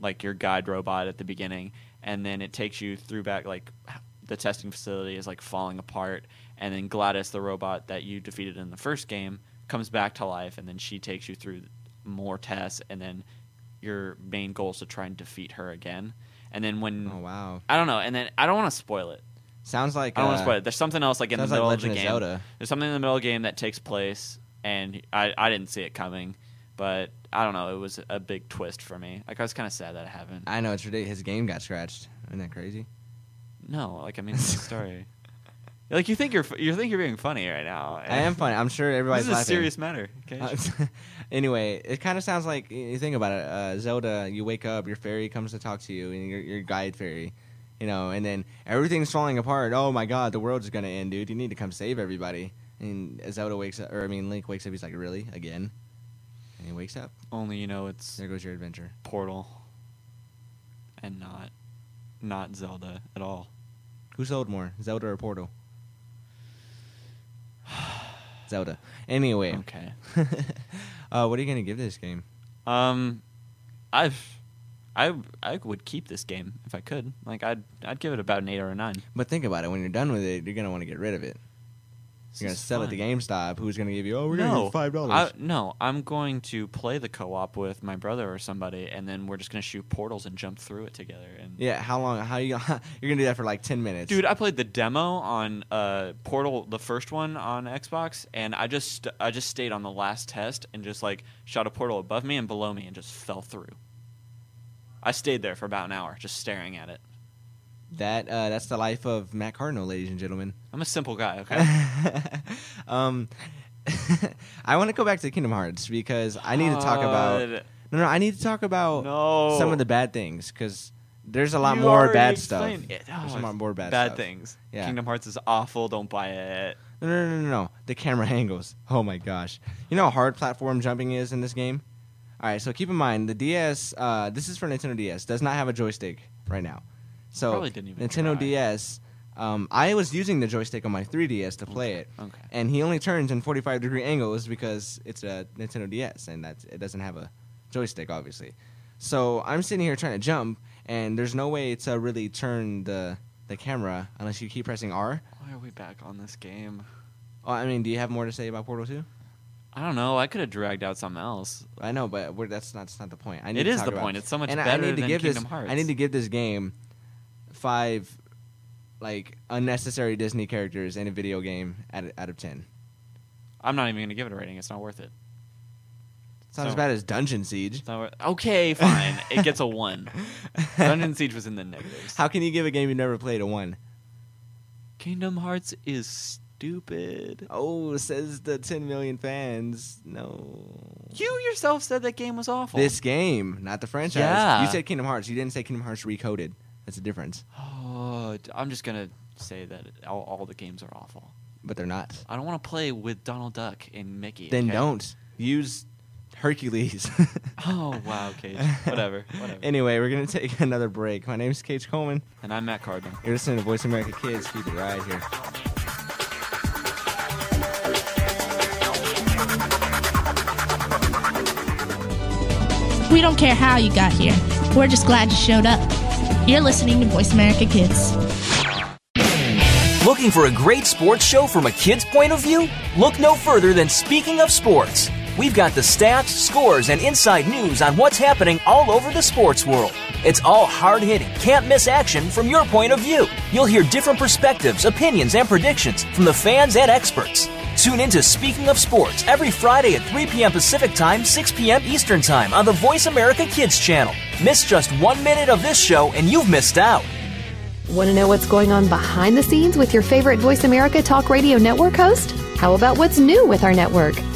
Speaker 4: like your guide robot at the beginning, and then it takes you through back like h- the testing facility is like falling apart, and then Gladys, the robot that you defeated in the first game, comes back to life, and then she takes you through more tests, and then your main goal is to try and defeat her again, and then when
Speaker 3: Oh wow,
Speaker 4: I don't know, and then I don't want to spoil it.
Speaker 3: sounds like
Speaker 4: I don't want
Speaker 3: uh,
Speaker 4: to spoil it. There's something else like in the
Speaker 3: sounds like
Speaker 4: middle of
Speaker 3: Legend
Speaker 4: the
Speaker 3: of
Speaker 4: game.
Speaker 3: Zelda.
Speaker 4: There's something in the middle of the game that takes place, and I, I didn't see it coming, but I don't know. It was a big twist for me. Like I was kind of sad that it happened.
Speaker 3: I know it's ridiculous. His game got scratched. Isn't that crazy?
Speaker 4: no, like I mean, it's
Speaker 3: <laughs>
Speaker 4: a story. Like you think you're f- you think you're being funny right now.
Speaker 3: I am funny. I'm sure everybody's
Speaker 4: Eh. <laughs> This is a
Speaker 3: laughing.
Speaker 4: serious matter. Okay.
Speaker 3: Uh, <laughs> anyway, it kind of sounds like you think about it. Uh, Zelda, you wake up, your fairy comes to talk to you, and your, your guide fairy, you know, and then everything's falling apart. Oh my God, the world's gonna end, dude. You need to come save everybody. And Zelda wakes up, or I mean, Link wakes up. He's like, really, again? And he wakes up.
Speaker 4: Only you know it's
Speaker 3: There goes your adventure.
Speaker 4: Portal, and not not Zelda at all.
Speaker 3: Who sold more, Zelda or Portal? <sighs> Zelda. Anyway,
Speaker 4: Okay.
Speaker 3: <laughs> uh, what are you gonna give this game?
Speaker 4: Um, I've, I, I would keep this game if I could. Like I'd, I'd give it about an eight or a nine.
Speaker 3: But think about it. When you're done with it, you're gonna want to get rid of it.
Speaker 4: This
Speaker 3: You're gonna
Speaker 4: is
Speaker 3: sell it
Speaker 4: fun.
Speaker 3: to GameStop. Who's gonna give you? Oh, we're gonna give
Speaker 4: No,
Speaker 3: you five
Speaker 4: I-
Speaker 3: dollars.
Speaker 4: No, I'm going to play the co-op with my brother or somebody, and then we're just gonna shoot portals and jump through it together. And
Speaker 3: Yeah. How long? How you? You're gonna <laughs> do that for like ten minutes,
Speaker 4: Dude, I played the demo on uh, Portal, the first one on Xbox, and I just I just stayed on the last test and just like shot a portal above me and below me and just fell through. I stayed there for about an hour just staring at it.
Speaker 3: That uh, that's the life of Matt Cardinal, ladies and gentlemen.
Speaker 4: I'm a simple guy, okay?
Speaker 3: Um, <laughs> I want to go back to Kingdom Hearts because I need to talk about.
Speaker 4: God.
Speaker 3: No, no, I need to talk about
Speaker 4: No.
Speaker 3: some of the bad things because there's a lot
Speaker 4: You
Speaker 3: more
Speaker 4: already
Speaker 3: bad stuff.
Speaker 4: explained it. Oh,
Speaker 3: there's a lot more bad, stuff.
Speaker 4: things.
Speaker 3: Yeah.
Speaker 4: Kingdom Hearts is awful. Don't buy it.
Speaker 3: No, no, no, no, no. The camera <laughs> angles. Oh my gosh. You know how hard platform jumping is in this game? All right, so keep in mind the DS. Uh, this is for Nintendo DS. Does not have a joystick right now. So
Speaker 4: Probably didn't even
Speaker 3: Nintendo
Speaker 4: try.
Speaker 3: DS. Um, I was using the joystick on my 3DS to play it,
Speaker 4: okay.
Speaker 3: and he only turns in 45 degree angles because it's a Nintendo DS and that's, it doesn't have a joystick, obviously. So I'm sitting here trying to jump, and there's no way to really turn the the camera unless you keep pressing R.
Speaker 4: Why are we back on this game?
Speaker 3: Oh, I mean, do you have more to say about Portal 2?
Speaker 4: I don't know. I could have dragged out something else.
Speaker 3: I know, but we're, that's not that's not the point. I need
Speaker 4: It
Speaker 3: to
Speaker 4: is
Speaker 3: talk
Speaker 4: the
Speaker 3: about-
Speaker 4: point. It's so much
Speaker 3: and I-
Speaker 4: better
Speaker 3: I need to
Speaker 4: than
Speaker 3: give
Speaker 4: Kingdom
Speaker 3: this,
Speaker 4: Hearts.
Speaker 3: I need to give this game five like unnecessary Disney characters in a video game out of, out of ten.
Speaker 4: I'm not even going to give it a rating. It's not worth it.
Speaker 3: It's not as
Speaker 4: So-
Speaker 3: bad as Dungeon Siege.
Speaker 4: It's not worth-
Speaker 3: <laughs>
Speaker 4: okay, fine. it gets a one. Dungeon Siege was in the negatives.
Speaker 3: How can you give a game you never played a one?
Speaker 4: Kingdom Hearts is stupid.
Speaker 3: Oh, says the ten million fans. No.
Speaker 4: You yourself said that game was awful.
Speaker 3: This game, not the franchise.
Speaker 4: Yeah.
Speaker 3: You said Kingdom Hearts. You didn't say Kingdom Hearts Recoded. That's the difference.
Speaker 4: Oh, d- I'm just going to say that all, all the games are awful.
Speaker 3: But they're not.
Speaker 4: I don't want to play with Donald Duck and Mickey.
Speaker 3: Then
Speaker 4: okay?
Speaker 3: don't use Hercules. <laughs>
Speaker 4: Oh, wow, Cage. Whatever. Whatever.
Speaker 3: Anyway, we're gonna <laughs> take another break. My name's Cage Coleman.
Speaker 4: and I'm Matt Cardin.
Speaker 3: You're listening to Voice America Kids. Keep it right here.
Speaker 5: We don't care how you got here. We're just glad you showed up. You're listening to Voice America Kids.
Speaker 2: Looking for a great sports show from a kid's point of view? Look no further than Speaking of Sports. We've got the stats, scores, and inside news on what's happening all over the sports world. It's all hard hitting, can't miss action from your point of view. You'll hear different perspectives, opinions, and predictions from the fans and experts. Tune into Speaking of Sports every Friday at 3 p.m. Pacific Time, 6 p.m. Eastern Time on the Voice America Kids channel. Miss just one minute of this show and you've missed out.
Speaker 6: Want to know what's going on behind the scenes with your favorite Voice America Talk Radio Network host? How about what's new with our network?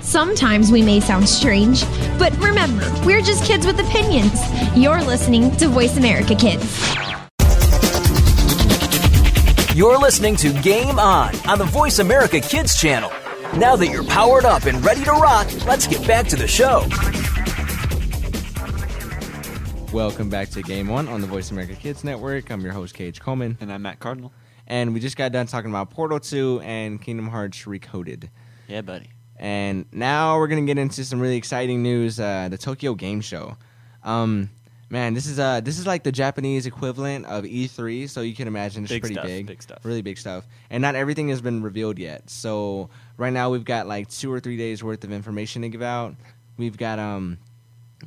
Speaker 5: Sometimes we may sound strange, but remember, we're just kids with opinions. You're listening to Voice America Kids.
Speaker 2: You're listening to Game On on the Voice America Kids channel. Now that you're powered up and ready to rock, let's get back to the show.
Speaker 3: Welcome back to Game One on the Voice America Kids Network. I'm your host, Cage Coleman.
Speaker 4: And I'm Matt Cardinal.
Speaker 3: And we just got done talking about Portal 2 and Kingdom Hearts Recoded.
Speaker 4: Yeah, buddy.
Speaker 3: And now we're gonna get into some really exciting news: uh, the Tokyo Game Show. Um, man, this is uh, this is like the Japanese equivalent of E3, so you can imagine it's
Speaker 4: Big
Speaker 3: pretty
Speaker 4: stuff,
Speaker 3: big,
Speaker 4: big stuff.
Speaker 3: really big stuff. And not everything has been revealed yet. So right now we've got like two or three days worth of information to give out. We've got um,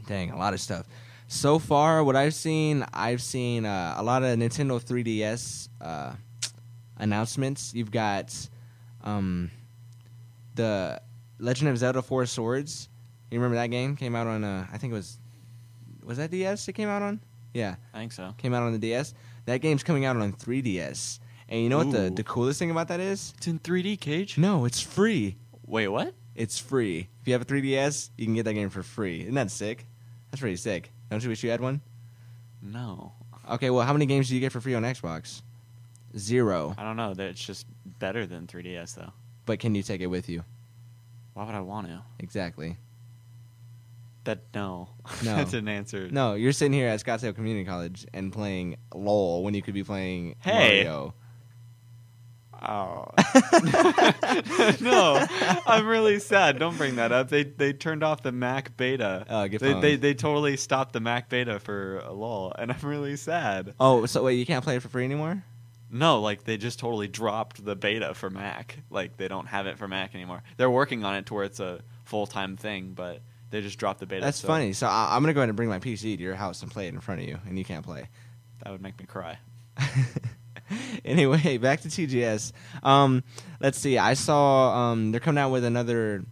Speaker 3: dang, a lot of stuff. So far, what I've seen, I've seen uh, a lot of Nintendo 3DS uh, announcements. You've got um, the Legend of Zelda Four Swords. You remember that game? Came out on uh, I think it was was that DS it came out on? Yeah,
Speaker 4: I think so.
Speaker 3: came out on the DS. That game's coming out on 3DS. And you know what the,
Speaker 4: Ooh.
Speaker 3: the coolest thing about that is?
Speaker 4: It's in 3D cage.
Speaker 3: No, it's free.
Speaker 4: Wait, what?
Speaker 3: It's free. If you have a 3DS, you can get that game for free. Isn't that sick? That's pretty sick. Don't you wish you had one?
Speaker 4: No,
Speaker 3: Okay, well, how many games do you get for free on Xbox? Zero.
Speaker 4: I don't know. That it's just better than 3DS though.
Speaker 3: But can you take it with you?
Speaker 4: Why would I want to?
Speaker 3: Exactly.
Speaker 4: That no, <laughs>
Speaker 3: No.
Speaker 4: that's an answer.
Speaker 3: No, you're sitting here at Scottsdale Community College and playing LOL when you could be playing
Speaker 4: Hey.
Speaker 3: Mario.
Speaker 4: Oh. <laughs> no, I'm really sad. Don't bring that up. They they turned off the Mac beta.
Speaker 3: Oh, get
Speaker 4: they, they
Speaker 3: pwned.
Speaker 4: they totally stopped the Mac beta for a lol, and I'm really sad.
Speaker 3: Oh, so wait, you can't play it for free anymore?
Speaker 4: No, like they just totally dropped the beta for Mac. Like they don't have it for Mac anymore. They're working on it to where it's a full time thing, but they just dropped the beta.
Speaker 3: That's
Speaker 4: so
Speaker 3: funny. So I, I'm gonna go ahead and bring my PC to your house and play it in front of you, and you can't play. <laughs>
Speaker 4: That would make me cry.
Speaker 3: anyway, <laughs> back to TGS. Um, let's see. I saw um, they're coming out with another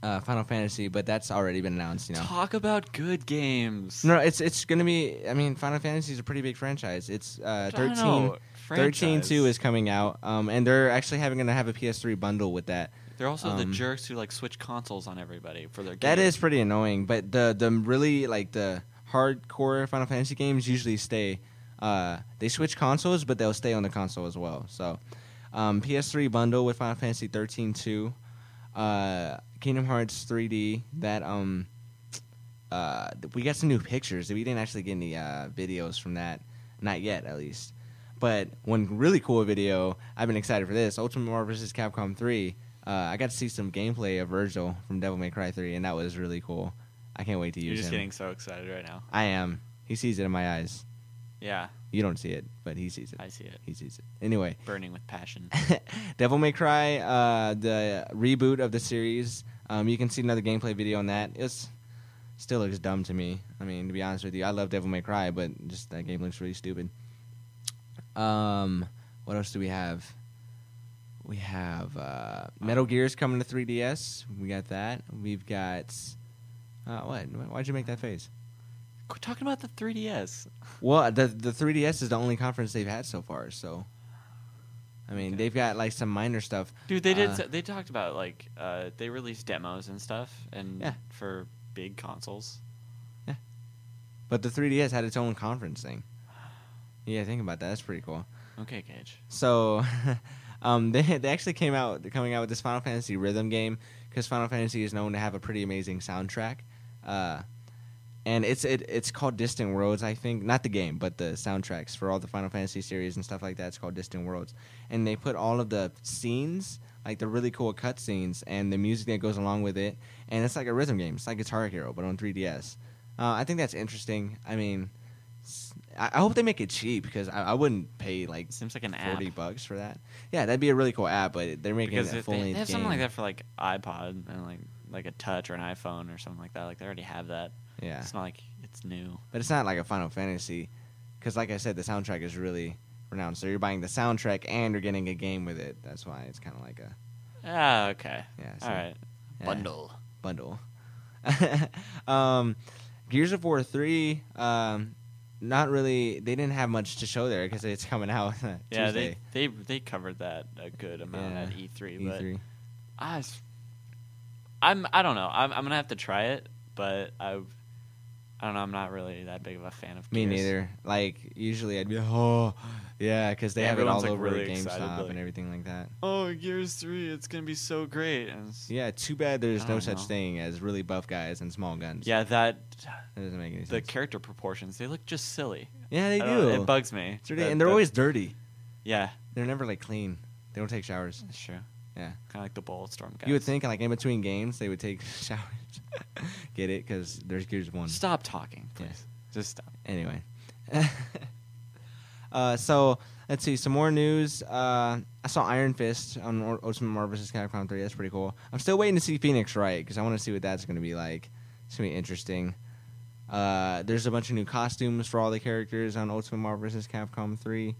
Speaker 3: uh, Final Fantasy, but that's already been announced. You know.
Speaker 4: Talk about good games.
Speaker 3: No, it's it's gonna be. I mean, Final Fantasy is a pretty big franchise. It's uh,
Speaker 4: I don't
Speaker 3: 13.
Speaker 4: know,
Speaker 3: 13
Speaker 4: franchise.
Speaker 3: 2 is coming out, um, and they're actually having gonna have a PS3 bundle with that.
Speaker 4: They're also the
Speaker 3: Um,
Speaker 4: jerks who like switch consoles on everybody for their games.
Speaker 3: That is pretty annoying, but the the really like the hardcore Final Fantasy games usually stay. Uh, they switch consoles, but they'll stay on the console as well. So, um, PS3 bundle with Final Fantasy 13 2, uh, Kingdom Hearts 3D. That um, uh, we got some new pictures. We didn't actually get any uh, videos from that, not yet at least. But one really cool video. I've been excited for this. Ultimate Marvel vs. Capcom 3. Uh, I got to see some gameplay of Virgil from Devil May Cry 3, and that was really cool. I can't wait to
Speaker 4: You're
Speaker 3: use
Speaker 4: just
Speaker 3: him.
Speaker 4: getting so excited right now.
Speaker 3: I am. He sees it in my eyes.
Speaker 4: Yeah,
Speaker 3: You don't see it, but he sees it.
Speaker 4: I see it.
Speaker 3: He sees it. Anyway,
Speaker 4: Burning
Speaker 3: <laughs>
Speaker 4: with passion.
Speaker 3: Devil May Cry, uh, the reboot of the series. Um, you can see another gameplay video on that. It's still looks dumb to me. I mean, to be honest with you, I love Devil May Cry, but just that game looks really stupid. Um, what else do we have? We have uh, Metal Gear's coming to 3DS. We got that. We've got uh, what? Why'd you make that face?
Speaker 4: Quit talking about the 3DS.
Speaker 3: Well, the the 3DS is the only conference they've had so far. So, I mean, they've got like some minor stuff.
Speaker 4: Dude, they did.
Speaker 3: Uh,
Speaker 4: s they talked about like uh, they released demos and stuff, and
Speaker 3: Yeah.
Speaker 4: for big consoles.
Speaker 3: But the 3DS had its own conference thing. Yeah, think about that. That's pretty cool.
Speaker 4: Okay, Cage.
Speaker 3: So, <laughs> um, they <laughs> they actually came out they're coming out with this Final Fantasy rhythm game because Final Fantasy is known to have a pretty amazing soundtrack. Uh, and it's it, it's called Distant Worlds, I think. Not the game, but the soundtracks for all the Final Fantasy series and stuff like that. It's called Distant Worlds, and they put all of the scenes, like the really cool cutscenes, and the music that goes along with it, and it's like a rhythm game. It's like Guitar Hero, but on 3DS. Uh, I think that's interesting. I mean, s- I, I hope they make it cheap because I, I wouldn't pay like
Speaker 4: Seems like an
Speaker 3: forty
Speaker 4: app.
Speaker 3: bucks for that. Yeah, that'd be a really cool app, but they're making
Speaker 4: because
Speaker 3: it a
Speaker 4: if
Speaker 3: full
Speaker 4: they, they
Speaker 3: length
Speaker 4: have something like
Speaker 3: game.
Speaker 4: that for like iPod and like like a touch or an iPhone or something like that. Like they already have that.
Speaker 3: Yeah.
Speaker 4: It's not like it's new.
Speaker 3: But it's not like a Final Fantasy, because like I said, the soundtrack is really renowned. So you're buying the soundtrack and you're getting a game with it. That's why it's kind of like a
Speaker 4: Ah, okay.
Speaker 3: Yeah, so-
Speaker 4: All right.
Speaker 3: yeah,
Speaker 4: Bundle.
Speaker 3: bundle. <laughs> um, Gears of War three, um, not really. They didn't have much to show there because it's coming out <laughs>
Speaker 4: Yeah,
Speaker 3: Tuesday.
Speaker 4: they they they covered that a good amount
Speaker 3: Yeah, E
Speaker 4: at E3, but
Speaker 3: E3.
Speaker 4: I was, I'm I don't know. I'm I'm gonna have to try it, but I I don't know. I'm not really that big of a fan of
Speaker 3: Me
Speaker 4: Gears.
Speaker 3: neither. Like usually, I'd be like, oh, yeah, because they
Speaker 4: Everyone's,
Speaker 3: have it all
Speaker 4: like,
Speaker 3: over
Speaker 4: really
Speaker 3: GameStop
Speaker 4: excited, but, like-
Speaker 3: and everything like that.
Speaker 4: Oh, Gears Three! It's gonna be so great. And it's-
Speaker 3: Yeah, too bad there's
Speaker 4: I
Speaker 3: no
Speaker 4: don't
Speaker 3: such
Speaker 4: know.
Speaker 3: thing as really buff guys and small guns.
Speaker 4: yeah, that
Speaker 3: that doesn't make any
Speaker 4: the
Speaker 3: sense.
Speaker 4: character proportions they look just silly.
Speaker 3: yeah, they
Speaker 4: I don't know,
Speaker 3: do.
Speaker 4: It bugs me.
Speaker 3: It's ridiculous.
Speaker 4: That-
Speaker 3: and they're
Speaker 4: that-
Speaker 3: always dirty.
Speaker 4: yeah.
Speaker 3: They're never like clean. They don't take showers.
Speaker 4: That's true.
Speaker 3: Yeah.
Speaker 4: Kind of like the Bulletstorm guys.
Speaker 3: You would think like in between games they would take <laughs> showers. Get it? Because there's Gears One.
Speaker 4: Stop talking,
Speaker 3: Yeah.
Speaker 4: please. Just stop.
Speaker 3: Anyway. <laughs> uh, so let's see some more news. Uh, I saw Iron Fist on Or- Ultimate Marvel vs. Capcom 3. That's pretty cool. I'm still waiting to see Phoenix Wright because I want to see what that's going to be like. It's going to be interesting. Uh, there's a bunch of new costumes for all the characters on Ultimate Marvel vs. Capcom 3.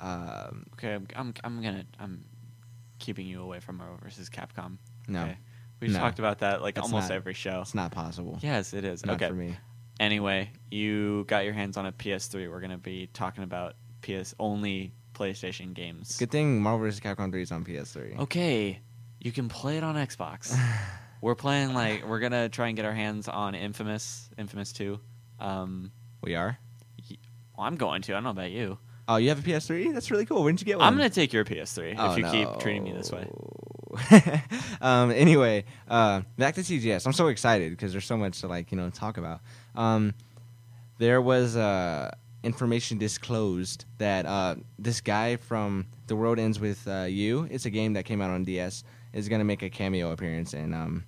Speaker 3: Um,
Speaker 4: Okay, I'm, I'm, I'm gonna I'm keeping you away from Marvel versus Capcom.
Speaker 3: No.
Speaker 4: okay? we've
Speaker 3: No.
Speaker 4: talked about that like
Speaker 3: It's
Speaker 4: almost
Speaker 3: not-
Speaker 4: every show.
Speaker 3: it's not possible.
Speaker 4: Yes, it is.
Speaker 3: Not
Speaker 4: okay.
Speaker 3: for me.
Speaker 4: Anyway, you got your hands on a PS3. We're gonna be talking about PS only PlayStation games.
Speaker 3: Good thing Marvel vs. Capcom 3 is on PS3.
Speaker 4: Oh. Okay, you can play it on
Speaker 3: <laughs>
Speaker 4: Xbox. we're playing like we're gonna try and get our hands on Infamous, Infamous Two. Um,
Speaker 3: We are.
Speaker 4: well, I'm going to. I don't know about you.
Speaker 3: Oh, you have a PS3? That's really cool. When did you get one?
Speaker 4: I'm gonna take your PS3
Speaker 3: Oh,
Speaker 4: if you
Speaker 3: no.
Speaker 4: keep treating me this way.
Speaker 3: um, anyway, uh, back to TGS. I'm so excited because there's so much to like, you know, talk about. Um, there was uh, information disclosed that uh, this guy from The World Ends with uh, You, it's a game that came out on DS, is going to make a cameo appearance in um,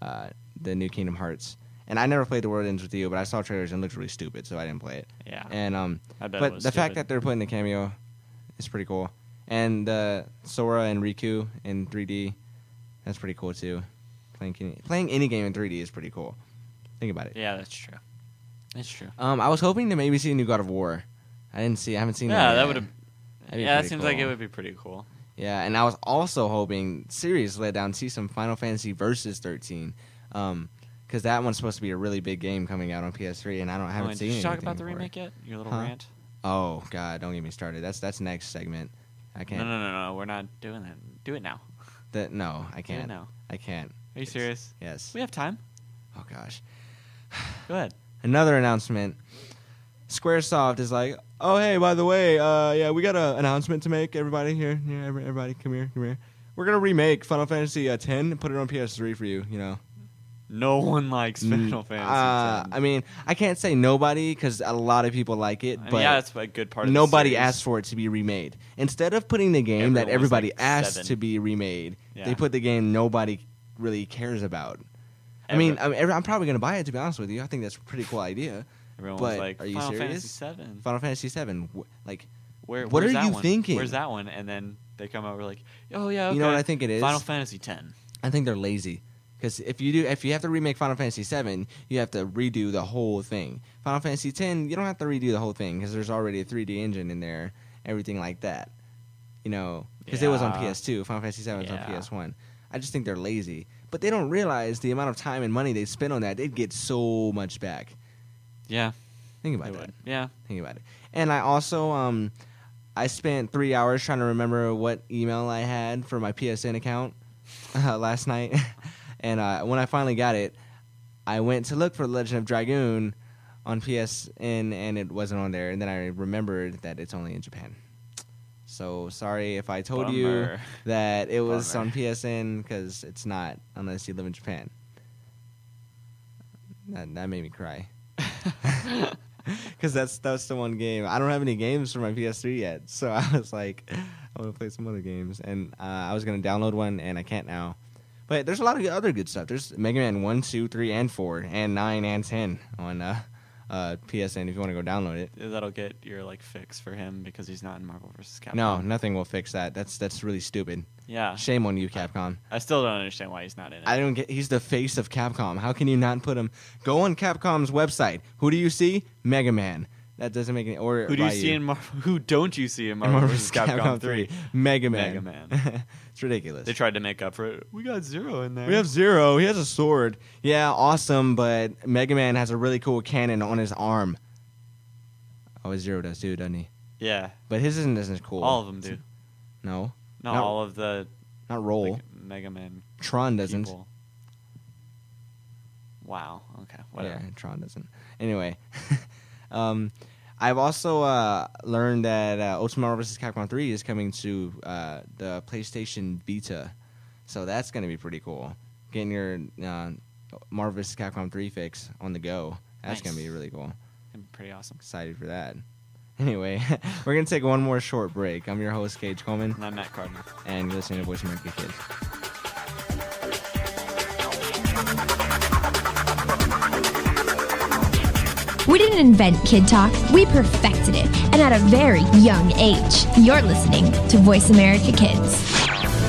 Speaker 3: uh, the new Kingdom Hearts. And I never played The World Ends with You, but I saw trailers and it looked really stupid, so I didn't play it.
Speaker 4: Yeah.
Speaker 3: And um,
Speaker 4: I bet it
Speaker 3: but the
Speaker 4: was
Speaker 3: fact
Speaker 4: stupid.
Speaker 3: that they're putting the cameo is pretty cool, and uh, Sora and Riku in 3D, that's pretty cool too. Playing any- playing any game in 3D is pretty cool. Think about it.
Speaker 4: Yeah, that's true. That's true.
Speaker 3: Um, I was hoping to maybe see a new God of War. I didn't see. I haven't seen.
Speaker 4: Yeah,
Speaker 3: that,
Speaker 4: that
Speaker 3: yet.
Speaker 4: would have.
Speaker 3: That'd be
Speaker 4: Yeah, that
Speaker 3: pretty
Speaker 4: seems like it
Speaker 3: cool.
Speaker 4: would be pretty cool.
Speaker 3: Yeah, and I was also hoping series let down see some Final Fantasy Versus 13, um, because that one's supposed to be a really big game coming out on PS3, and I don't I haven't
Speaker 4: Owen,
Speaker 3: seen.
Speaker 4: did you talk
Speaker 3: anything
Speaker 4: about the
Speaker 3: for it.
Speaker 4: remake yet? Your little
Speaker 3: Huh?
Speaker 4: rant?
Speaker 3: Oh God, don't get me started. That's that's next segment. I
Speaker 4: No,
Speaker 3: can't.
Speaker 4: no, no, no. We're not doing that. Do it now.
Speaker 3: That no, I
Speaker 4: Do it
Speaker 3: can't.
Speaker 4: now.
Speaker 3: I can't.
Speaker 4: Are you
Speaker 3: It's-
Speaker 4: serious?
Speaker 3: Yes.
Speaker 4: We have time.
Speaker 3: Oh gosh.
Speaker 4: Go ahead.
Speaker 3: Another announcement. SquareSoft is like, oh hey, by the way, uh, yeah, we got an announcement to make. Everybody here, yeah, every- everybody, come here, come here. We're gonna remake Final Fantasy uh, 10 and put it on PS3 for you. You know.
Speaker 4: No one likes
Speaker 3: Mm, Uh,
Speaker 4: Final Fantasy.
Speaker 3: I mean, I can't say nobody because a lot of people like it, but
Speaker 4: yeah, that's a good part. of the
Speaker 3: nobody
Speaker 4: series.
Speaker 3: asked for it to be remade. Instead of putting the game that
Speaker 4: Everyone was
Speaker 3: everybody
Speaker 4: like
Speaker 3: asked
Speaker 4: seven.
Speaker 3: to be remade, they
Speaker 4: Yeah.
Speaker 3: put the game nobody really cares about. I mean, I'm, every- I'm probably going to buy it to be honest with you. I think that's a pretty cool idea.
Speaker 4: everyone
Speaker 3: but
Speaker 4: was like,
Speaker 3: are you
Speaker 4: Final
Speaker 3: serious?
Speaker 4: Fantasy Seven.
Speaker 3: Final Fantasy VII, wh- like
Speaker 4: Where,
Speaker 3: What
Speaker 4: where's
Speaker 3: are
Speaker 4: that
Speaker 3: you
Speaker 4: one?
Speaker 3: thinking?
Speaker 4: Where's that one? And then they come over like, oh yeah,
Speaker 3: You know
Speaker 4: okay.
Speaker 3: what I think it is?
Speaker 4: Final Fantasy Ten.
Speaker 3: I think they're lazy because if you do, if you have to remake Final Fantasy VII, you have to redo the whole thing. Final Fantasy X, you don't have to redo the whole thing because there's already a 3D engine in there, everything like that. You know, because it was on
Speaker 4: Yeah.
Speaker 3: PS2. Final Fantasy VII was
Speaker 4: Yeah.
Speaker 3: on PS1. I just think they're lazy, but they don't realize the amount of time and money they spend on that. They'd get so much back.
Speaker 4: Yeah,
Speaker 3: Think about
Speaker 4: they
Speaker 3: that.
Speaker 4: would. Yeah,
Speaker 3: Think about it. And I also um, I spent three hours trying to remember what email I had for my PSN account <laughs> uh, last night, <laughs> and uh, when I finally got it, I went to look for Legend of Dragoon on PSN, and it wasn't on there. And then I remembered that it's only in Japan. So sorry if I told you
Speaker 4: Bummer.
Speaker 3: that it was
Speaker 4: Bummer.
Speaker 3: on PSN because it's not unless you live in Japan. That, that made me cry. Because that's that's the one game I don't have any games for my PS3 yet, <laughs> so I was like, I want to play some other games, and uh, I was gonna download one, and I can't now. But there's a lot of other good stuff. There's Mega Man one, two, three, and 4, and 9, and 10 on uh, uh, PSN if you want to go download it.
Speaker 4: That'll get your like fix for him because he's not in Marvel vs. Capcom.
Speaker 3: No, nothing will fix that. That's that's really stupid.
Speaker 4: Yeah.
Speaker 3: Shame on you, Capcom.
Speaker 4: I still don't understand why he's not in it.
Speaker 3: I don't get. He's the face of Capcom. How can you not put him? Go on Capcom's website. Who do you see? Mega Man. That doesn't make any. Or
Speaker 4: who do you
Speaker 3: Ryu.
Speaker 4: see in Marvel? <laughs> Who don't you see in
Speaker 3: In
Speaker 4: Marvel, vs. Capcom, 3?
Speaker 3: Mega Man. <laughs>
Speaker 4: Mega Man.
Speaker 3: it's ridiculous.
Speaker 4: They tried to make up for it. We got zero in there.
Speaker 3: we have Zero. He has a sword. Yeah, awesome. But Mega Man has a really cool cannon on his arm. Oh, Zero does too, doesn't he?
Speaker 4: yeah.
Speaker 3: But his isn't as cool.
Speaker 4: All of them do.
Speaker 3: No,
Speaker 4: Not
Speaker 3: Not-
Speaker 4: all of the
Speaker 3: not roll.
Speaker 4: like, Mega Man
Speaker 3: Tron doesn't.
Speaker 4: people. Wow. Okay. Whatever.
Speaker 3: Yeah, Tron doesn't. Anyway, <laughs> um, I've also uh, learned that uh, Ultimate Marvel vs. Capcom 3 is coming to uh, the PlayStation Vita, so that's going to be pretty cool. Getting your uh, Marvel vs. Capcom 3 fix on the go. That's going to
Speaker 4: Nice.
Speaker 3: be really cool.
Speaker 4: Pretty awesome.
Speaker 3: Excited for that. Anyway, <laughs> we're going to take one more short break. I'm your host, Cage Coleman,
Speaker 4: And I'm Matt Cardinal.
Speaker 3: and you're listening to Voice America Kids.
Speaker 5: We didn't invent Kid Talk, we perfected it, and at a very young age. You're listening to Voice America Kids.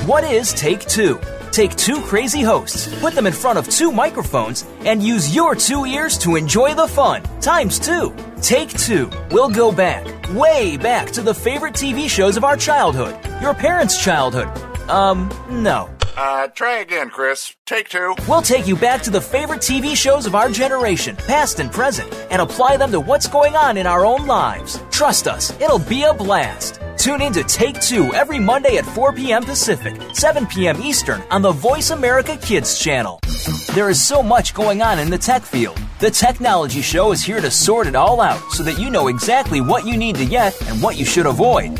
Speaker 2: What is Take Two? Take two crazy hosts, put them in front of two microphones, and use your two ears to enjoy the fun. Times two. Take two. We'll go back, way back to the favorite TV shows of our childhood, your parents' childhood. Um, no.
Speaker 7: Uh, try again, Chris. Take two.
Speaker 2: We'll take you back to the favorite TV shows of our generation, past and present, and apply them to what's going on in our own lives. Trust us, it'll be a blast. Tune in to Take Two every Monday at 4 p.m. Pacific, 7 p.m. Eastern on the Voice America Kids channel. There is so much going on in the tech field. The Technology Show is here to sort it all out so that you know exactly what you need to get and what you should avoid.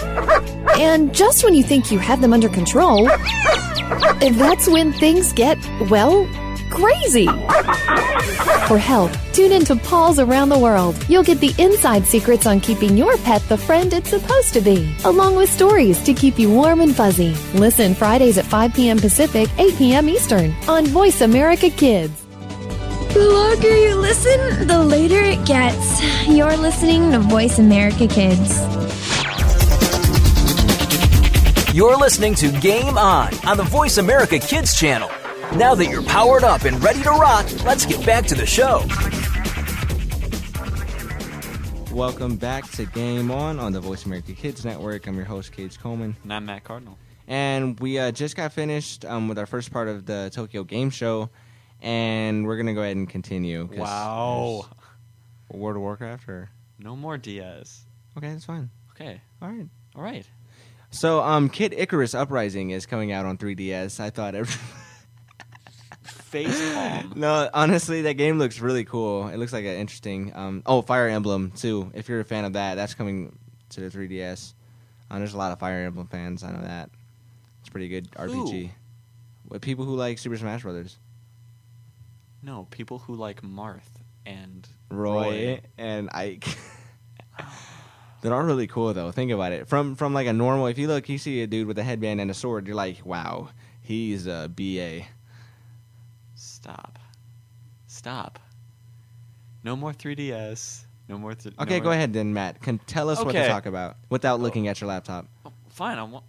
Speaker 6: And just when you think you have them under control, that's when things get, well, crazy. For help, tune in to Paws Around the World. You'll get the inside secrets on keeping your pet the friend it's supposed to be, along with stories to keep you warm and fuzzy. Listen Fridays at 5 p.m. Pacific, 8 p.m. Eastern on Voice America Kids.
Speaker 5: The longer you listen, the later it gets. You're listening to Voice America Kids.
Speaker 2: You're listening to Game On on the Voice America Kids channel. Now that you're powered up and ready to rock, let's get back to the show.
Speaker 3: Welcome back to Game On on the Voice America Kids Network. I'm your host, Cage Coleman.
Speaker 4: And I'm Matt Cardinal.
Speaker 3: And we uh, just got finished um, with our first part of the Tokyo Game Show, and we're gonna go ahead and continue. 'cause there's World of Warcraft, or
Speaker 4: No more Diaz.
Speaker 3: okay, that's fine.
Speaker 4: Okay.
Speaker 3: All right.
Speaker 4: All right.
Speaker 3: So, um, Kid Icarus Uprising is coming out on 3DS. I thought every.
Speaker 4: Face palm.
Speaker 3: <laughs> no, honestly, that game looks really cool. It looks like an interesting. Um, oh, Fire Emblem too. If you're a fan of that, that's coming to the 3DS. Um, there's a lot of Fire Emblem fans. I know that. It's a pretty good RPG. With people who like Super Smash Brothers,
Speaker 4: No, people who like Marth and
Speaker 3: Roy, and Ike. <laughs> They're all really cool though. Think about it. From from like a normal, if you look, you see a dude with a headband and a sword. You're like, wow, he's a BA.
Speaker 4: Stop. Stop. No more 3DS. No more. Th- no
Speaker 3: Okay,
Speaker 4: more-
Speaker 3: go ahead then, Matt. Can tell us what to
Speaker 4: Okay.
Speaker 3: talk about without looking at your laptop.
Speaker 4: Fine. I want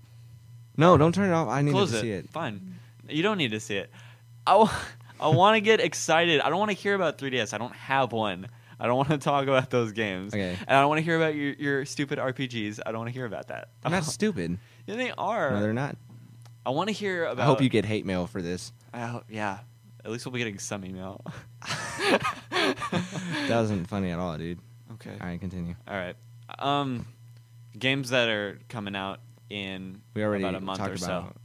Speaker 3: No, don't turn it off. I need
Speaker 4: close
Speaker 3: to
Speaker 4: it.
Speaker 3: see it.
Speaker 4: Fine. You don't need to see it. I want to get excited. I don't want to hear about 3DS. I don't have one. I don't want to talk about those games.
Speaker 3: Okay.
Speaker 4: And I don't want to hear about your, your stupid RPGs. I don't want to hear about that.
Speaker 3: I'm not stupid.
Speaker 4: <laughs> Yeah, they are.
Speaker 3: No, they're not.
Speaker 4: I want to hear about.
Speaker 3: I hope you get hate mail for this.
Speaker 4: I hope, yeah. At least we'll be getting some email.
Speaker 3: That wasn't <laughs> funny at all, dude.
Speaker 4: <laughs> Okay.
Speaker 3: All right, continue.
Speaker 4: All right. Um, games that are coming out in
Speaker 3: We already
Speaker 4: about a month
Speaker 3: talked
Speaker 4: or
Speaker 3: about
Speaker 4: so.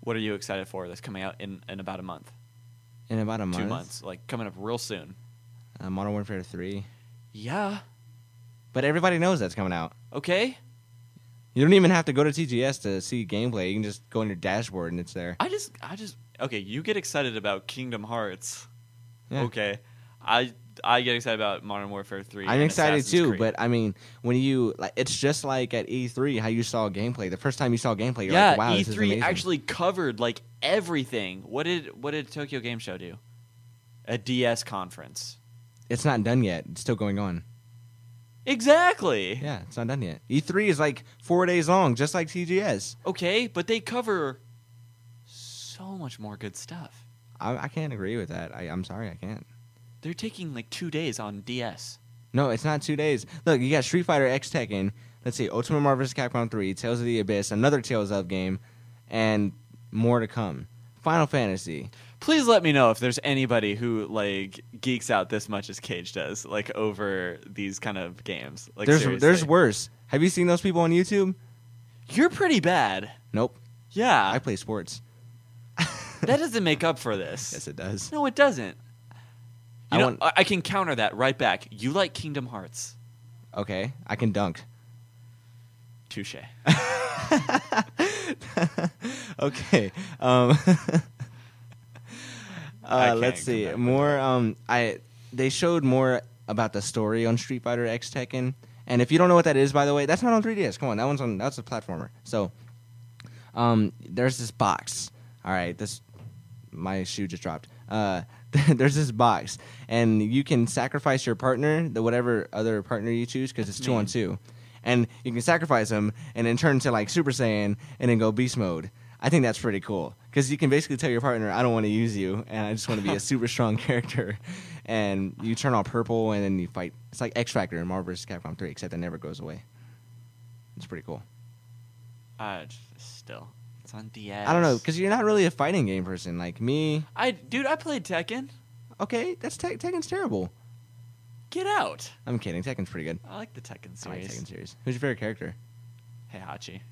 Speaker 4: What are you excited for that's coming out in, in about a month?
Speaker 3: in about a month.
Speaker 4: Two months. Like coming up real soon.
Speaker 3: Uh, Modern Warfare Three,
Speaker 4: Yeah.
Speaker 3: but everybody knows that's coming out.
Speaker 4: Okay.
Speaker 3: You don't even have to go to TGS to see gameplay. You can just go on your dashboard and it's there.
Speaker 4: I just, I just, okay, you get excited about Kingdom Hearts.
Speaker 3: Yeah.
Speaker 4: Okay. I, I get excited about Modern Warfare 3.
Speaker 3: I'm
Speaker 4: and
Speaker 3: excited
Speaker 4: Assassin's
Speaker 3: too,
Speaker 4: Creed.
Speaker 3: but I mean, when you like, it's just like at E3 how you saw gameplay. The first time you saw gameplay, you're
Speaker 4: yeah,
Speaker 3: like, "Wow, this is
Speaker 4: E3
Speaker 3: amazing."
Speaker 4: actually covered like everything. What did, what did Tokyo Game Show do? A DS conference.
Speaker 3: it's not done yet. It's still going on.
Speaker 4: Exactly.
Speaker 3: Yeah, it's not done yet. E3 is like four days long, just like TGS.
Speaker 4: Okay, but they cover so much more good stuff.
Speaker 3: I, I can't agree with that. I, I'm sorry, I can't.
Speaker 4: They're taking like two days on DS.
Speaker 3: No, it's not two days. Look, you got Street Fighter X Tekken. Let's see, Ultimate Marvel vs. Capcom 3, Tales of the Abyss, another Tales of game, and more to come. Final Fantasy.
Speaker 4: Please let me know if there's anybody who like geeks out this much as Cage does, like over these kind of games. Like
Speaker 3: there's
Speaker 4: seriously.
Speaker 3: there's worse. Have you seen those people on YouTube?
Speaker 4: You're pretty bad.
Speaker 3: Nope.
Speaker 4: Yeah,
Speaker 3: I <laughs> play sports.
Speaker 4: that doesn't make up for this.
Speaker 3: Yes, it does.
Speaker 4: No, it doesn't. You
Speaker 3: I
Speaker 4: know,
Speaker 3: want-
Speaker 4: I- I can counter that right back. You like Kingdom Hearts.
Speaker 3: Okay, I can dunk. <laughs>
Speaker 4: Touche.
Speaker 3: Okay. Um, <laughs>
Speaker 4: I
Speaker 3: uh,
Speaker 4: can't
Speaker 3: let's
Speaker 4: come
Speaker 3: see.
Speaker 4: back with
Speaker 3: More. Um, I they showed more about the story on Street Fighter X Tekken, and if you don't know what that is, by the way, that's not on 3DS. Come on, that one's on. That's a platformer. So, um, there's this box. All right, this my shoe just dropped. Uh, <laughs> there's this box, and you can sacrifice your partner, the whatever other partner you choose, because it's two on two, and you can sacrifice them, and then turn to like Super Saiyan, and then go beast mode. I think that's pretty cool because you can basically tell your partner, "I don't want to use you, and I just want to be a super strong character." And you turn all purple, and then you fight. It's like X Factor in Marvel vs. Capcom 3, except it never goes away. It's pretty cool.
Speaker 4: Uh, still, it's on DS.
Speaker 3: I don't know because you're not really a fighting game person like me.
Speaker 4: I dude, I played Tekken.
Speaker 3: Okay, that's Tek- Tekken's terrible.
Speaker 4: Get out.
Speaker 3: I'm kidding. Tekken's pretty good.
Speaker 4: I like the Tekken series.
Speaker 3: I like Tekken series. Who's your favorite character?
Speaker 4: Heihachi.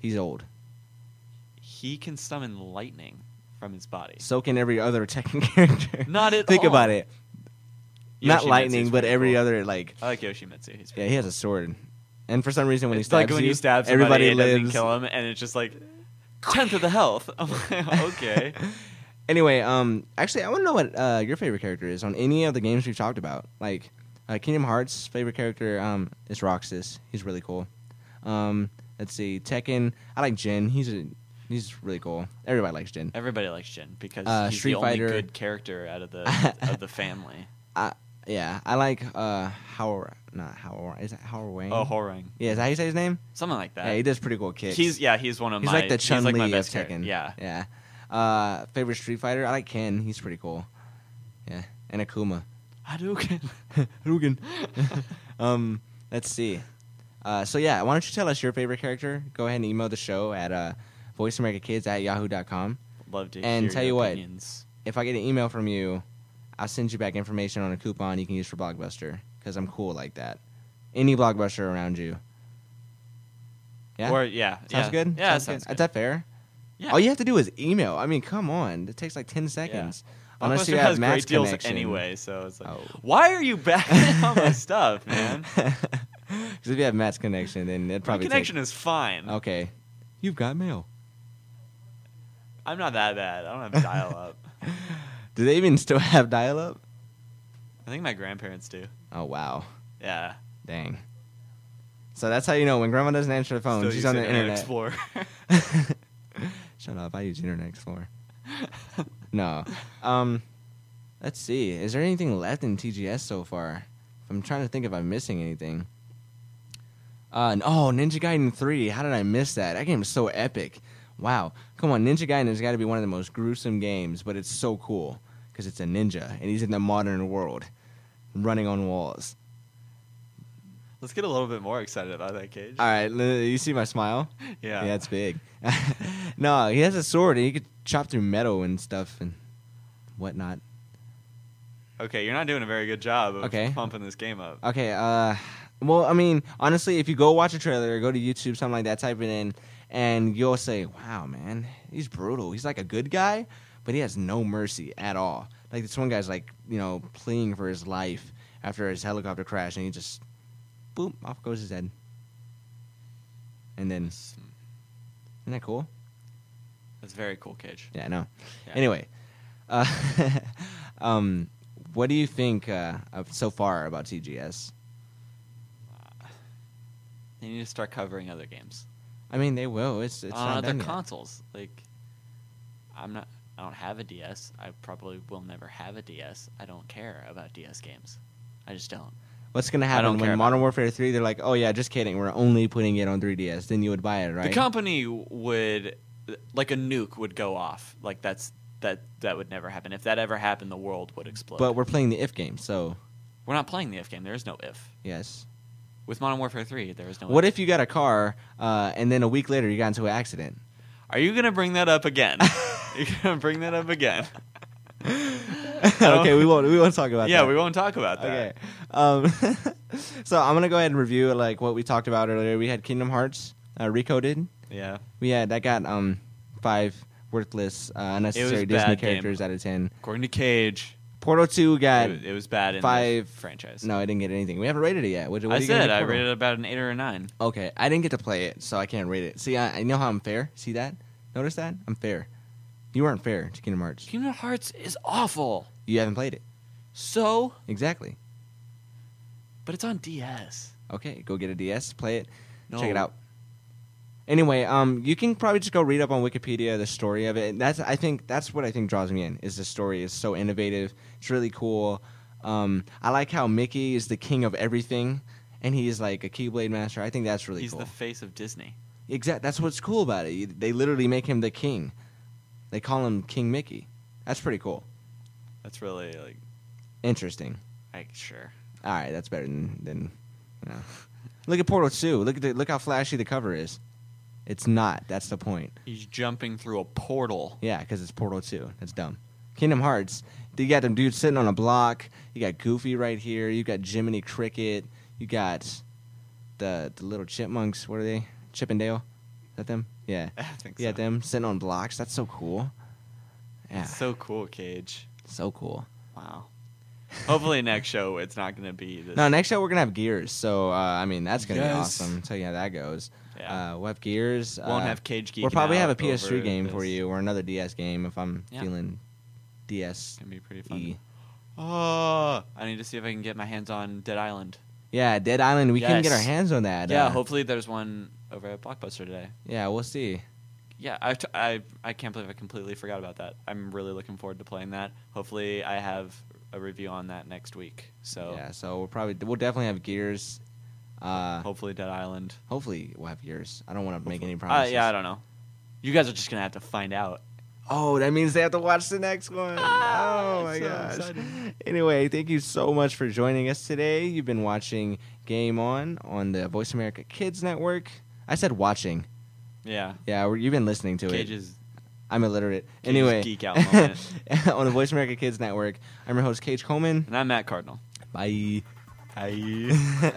Speaker 3: He's old.
Speaker 4: He can summon lightning from his body.
Speaker 3: So can every other <laughs> Tekken character.
Speaker 4: Not at
Speaker 3: Think
Speaker 4: all.
Speaker 3: about it. Not
Speaker 4: Yoshimitsu's
Speaker 3: lightning, but
Speaker 4: pretty
Speaker 3: every
Speaker 4: cool.
Speaker 3: other like.
Speaker 4: I like Yoshimitsu. He's
Speaker 3: Yeah,
Speaker 4: pretty
Speaker 3: he has a sword, and for some reason when he
Speaker 4: It's
Speaker 3: stabs
Speaker 4: like when
Speaker 3: you,
Speaker 4: you stab somebody,
Speaker 3: everybody
Speaker 4: it doesn't
Speaker 3: lives.
Speaker 4: kill him, and it's just like tenth of the health. <laughs> I'm
Speaker 3: <laughs>
Speaker 4: like, okay.
Speaker 3: Anyway, um, actually, I want to know what uh, your favorite character is on any of the games we've talked about. Like, uh, Kingdom Hearts' favorite character um is Roxas. He's really cool. Um, let's see, Tekken. I like Jin. He's a he's really cool. Everybody likes Jin.
Speaker 4: Everybody likes Jin because
Speaker 3: Uh,
Speaker 4: he's
Speaker 3: Street
Speaker 4: the only
Speaker 3: Fighter.
Speaker 4: good character out
Speaker 3: <laughs>
Speaker 4: of the of the family.
Speaker 3: I, yeah, I like uh how not how is that how Wayne?
Speaker 4: Oh, Horang,
Speaker 3: yeah, is that how you say his name?
Speaker 4: something like that.
Speaker 3: yeah, he does pretty cool kicks.
Speaker 4: he's yeah, he's one of
Speaker 3: he's
Speaker 4: my
Speaker 3: like the Chun
Speaker 4: he's like
Speaker 3: Li
Speaker 4: my
Speaker 3: of
Speaker 4: best
Speaker 3: Tekken.
Speaker 4: character. Yeah,
Speaker 3: yeah. Uh, favorite Street Fighter? I like Ken. He's pretty cool. Yeah, and Akuma.
Speaker 4: <laughs> Hadouken.
Speaker 3: <laughs> Rugen. um, let's see. Uh, so yeah, why don't you tell us your favorite character? Go ahead and email the show at uh, voiceamericakids at yahoo.com.
Speaker 4: Love to
Speaker 3: And
Speaker 4: hear
Speaker 3: tell
Speaker 4: your
Speaker 3: you what.
Speaker 4: opinions.
Speaker 3: If I get an email from you, I'll send you back information on a coupon you can use for Blockbuster because I'm cool like that. Any Blockbuster around you. Yeah.
Speaker 4: Or yeah,
Speaker 3: sounds
Speaker 4: yeah.
Speaker 3: good.
Speaker 4: Yeah,
Speaker 3: sounds
Speaker 4: sounds
Speaker 3: Is that fair?
Speaker 4: Yeah.
Speaker 3: All you have to do is email. I mean, come on. It takes like ten seconds. Unless you
Speaker 4: Blockbuster
Speaker 3: have
Speaker 4: has
Speaker 3: Max
Speaker 4: great deals
Speaker 3: connection. <laughs>
Speaker 4: anyway, so it's like,
Speaker 3: Oh.
Speaker 4: why are you backing
Speaker 3: <laughs>
Speaker 4: all my stuff, man?
Speaker 3: Because if you have Matt's connection, then it
Speaker 4: My
Speaker 3: probably take-
Speaker 4: connection is fine.
Speaker 3: Okay. You've got mail.
Speaker 4: I'm not that bad. I don't have dial up.
Speaker 3: Do they even still <laughs> have dial up?
Speaker 4: I think my grandparents do.
Speaker 3: Oh wow.
Speaker 4: Yeah.
Speaker 3: Dang. So that's how you know when grandma doesn't answer the phone,
Speaker 4: Still
Speaker 3: she's
Speaker 4: use
Speaker 3: on the internet.
Speaker 4: Internet Explorer. <laughs>
Speaker 3: Shut up, I use Internet Explorer. <laughs> no. Um let's see. Is there anything left in TGS so far? I'm trying to think if I'm missing anything. Uh n- oh, Ninja Gaiden 3. How did I miss that? That game is so epic. Wow. Come on, Ninja Gaiden has got to be one of the most gruesome games, but it's so cool cuz it's a ninja and he's in the modern world running on walls.
Speaker 4: Let's get a little bit more excited about that cage.
Speaker 3: All right, Lin- you see my smile?
Speaker 4: Yeah.
Speaker 3: Yeah, it's big. <laughs> no, he has a sword and he could chop through metal and stuff and whatnot.
Speaker 4: Okay, you're not doing a very good job of
Speaker 3: Okay.
Speaker 4: pumping this game up.
Speaker 3: Okay. Uh, well, I mean, honestly, if you go watch a trailer, go to YouTube, something like that, type it in, and you'll say, "Wow, man, he's brutal. He's like a good guy, but he has no mercy at all." Like this one guy's like, you know, pleading for his life after his helicopter crash, and he just, boom, off goes his head. And then, isn't that cool?
Speaker 4: That's very cool, Cage.
Speaker 3: Yeah, I know.
Speaker 4: Yeah.
Speaker 3: Anyway, uh, <laughs> um, what do you think uh, of so far about TGS?
Speaker 4: They need to start covering other games
Speaker 3: I mean, they will. It's it's
Speaker 4: on
Speaker 3: not
Speaker 4: other
Speaker 3: done yet.
Speaker 4: consoles. Like, I'm not. I don't have a DS. I probably will never have a DS. I don't care about DS games. I just don't.
Speaker 3: What's gonna happen
Speaker 4: don't
Speaker 3: when
Speaker 4: care about
Speaker 3: Modern Warfare Three? They're like, oh yeah, just kidding. We're only putting it on 3DS. Then you would buy it, right?
Speaker 4: The company would, like a nuke would go off. Like that's that that would never happen. If that ever happened, the world would explode.
Speaker 3: but we're playing the if game, so
Speaker 4: we're not playing the if game. There is no if.
Speaker 3: yes.
Speaker 4: With Modern Warfare 3, there is no.
Speaker 3: What if you got a car uh, and then a week later you got into an
Speaker 4: <laughs>
Speaker 3: accident? <laughs>
Speaker 4: Are you gonna bring that up again? You're gonna bring that up again. don't-
Speaker 3: okay, we won't we won't talk <laughs> about
Speaker 4: yeah,
Speaker 3: that.
Speaker 4: we won't talk about that.
Speaker 3: Okay, um, <laughs> so I'm gonna go ahead and review like what we talked about earlier. We had Kingdom Hearts uh, recoded.
Speaker 4: Yeah.
Speaker 3: We had that got um five worthless uh, unnecessary
Speaker 4: bad
Speaker 3: Disney
Speaker 4: game.
Speaker 3: characters out of ten.
Speaker 4: According to Cage,
Speaker 3: Portal Two got
Speaker 4: it, it was bad in
Speaker 3: five-
Speaker 4: the franchise.
Speaker 3: no, I didn't get anything. We haven't rated it yet. What, what
Speaker 4: I
Speaker 3: do you give
Speaker 4: said I
Speaker 3: Portal?
Speaker 4: rated it about an eight or a nine.
Speaker 3: Okay, I didn't get to play it, so I can't rate it. See, I, I know how I'm fair. See that? Notice that? I'm fair. You weren't fair to Kingdom Hearts.
Speaker 4: Kingdom Hearts is awful.
Speaker 3: You haven't played it.
Speaker 4: So,
Speaker 3: Exactly.
Speaker 4: but it's on DS.
Speaker 3: Okay, go get a DS, play it,
Speaker 4: No.
Speaker 3: check it out. Anyway, um, you can probably just go read up on Wikipedia the story of it. And that's I think that's what I think draws me in is the story is so innovative. It's really cool. Um, I like how Mickey is the king of everything, and he's like a Keyblade master. I think that's really
Speaker 4: He's
Speaker 3: cool.
Speaker 4: the face of Disney.
Speaker 3: Exact. That's what's cool about it. You- They literally make him the king. They call him King Mickey. That's pretty cool.
Speaker 4: That's really like,
Speaker 3: Interesting.
Speaker 4: like sure.
Speaker 3: All right, that's better than than. You know. Look at Portal Two. Look at the, look how flashy the cover is. It's not. That's the point.
Speaker 4: He's jumping through a portal. <laughs>
Speaker 3: Yeah, because it's Portal Two. That's dumb. Kingdom Hearts. You got them dudes sitting on a block. You got Goofy right here. You got Jiminy Cricket. You got the the little chipmunks. What are they? Chip and Dale. Is that them? Yeah.
Speaker 4: <laughs> I think
Speaker 3: Yeah,
Speaker 4: so.
Speaker 3: them sitting on blocks. That's so cool. Yeah,
Speaker 4: It's so cool, Cage.
Speaker 3: so cool.
Speaker 4: Wow. <laughs> Hopefully, next show it's not gonna be this.
Speaker 3: No, next show we're gonna have gears. So uh, I mean, that's gonna be
Speaker 4: Yes.
Speaker 3: awesome. Tell you how that goes.
Speaker 4: Yeah.
Speaker 3: Uh, we'll have gears.
Speaker 4: Won't
Speaker 3: uh,
Speaker 4: have Cage
Speaker 3: We'll
Speaker 4: geeking
Speaker 3: probably have a
Speaker 4: out over
Speaker 3: PS3 game for
Speaker 4: this.
Speaker 3: you or another DS game if I'm
Speaker 4: Yeah.
Speaker 3: feeling DS.
Speaker 4: Gonna be pretty fun.
Speaker 3: -y.
Speaker 4: Oh, I need to see if I can get my hands on Dead Island.
Speaker 3: Yeah, Dead Island. We can get our
Speaker 4: Yes.
Speaker 3: hands on that.
Speaker 4: yeah,
Speaker 3: uh,
Speaker 4: hopefully there's one over at Blockbuster today.
Speaker 3: yeah, we'll see.
Speaker 4: Yeah, I, t- I I can't believe I completely forgot about that. I'm really looking forward to playing that. Hopefully, I have a review on that next week. So
Speaker 3: Yeah, so we'll probably we'll definitely have gears. Uh,
Speaker 4: hopefully, Dead Island.
Speaker 3: hopefully we'll have gears. I don't want to make any
Speaker 4: Uh,
Speaker 3: promises.
Speaker 4: yeah, I don't know. You guys are just gonna have to find out.
Speaker 3: Oh, that means they have to watch the next one. oh my
Speaker 4: Ah, so
Speaker 3: gosh.
Speaker 4: exciting.
Speaker 3: Anyway, thank you so much for joining us today. You've been watching Game On on the Voice America Kids Network. I said watching.
Speaker 4: Yeah,
Speaker 3: Yeah, we're, you've been listening to it.
Speaker 4: Cage's
Speaker 3: I'm illiterate.
Speaker 4: Cage's
Speaker 3: anyway,
Speaker 4: geek out moment.
Speaker 3: <laughs> on the Voice America Kids Network, I'm your host, Cage Coleman.
Speaker 4: and I'm Matt Cardinal.
Speaker 3: Bye.
Speaker 4: Hi.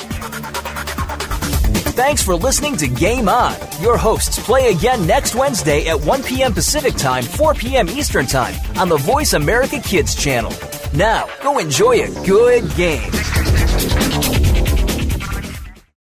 Speaker 4: <laughs>
Speaker 2: Thanks for listening to Game On. Your hosts play again next Wednesday at 1 p.m. Pacific Time, 4 p.m. Eastern Time on the Voice America Kids channel. Now, go enjoy a good game.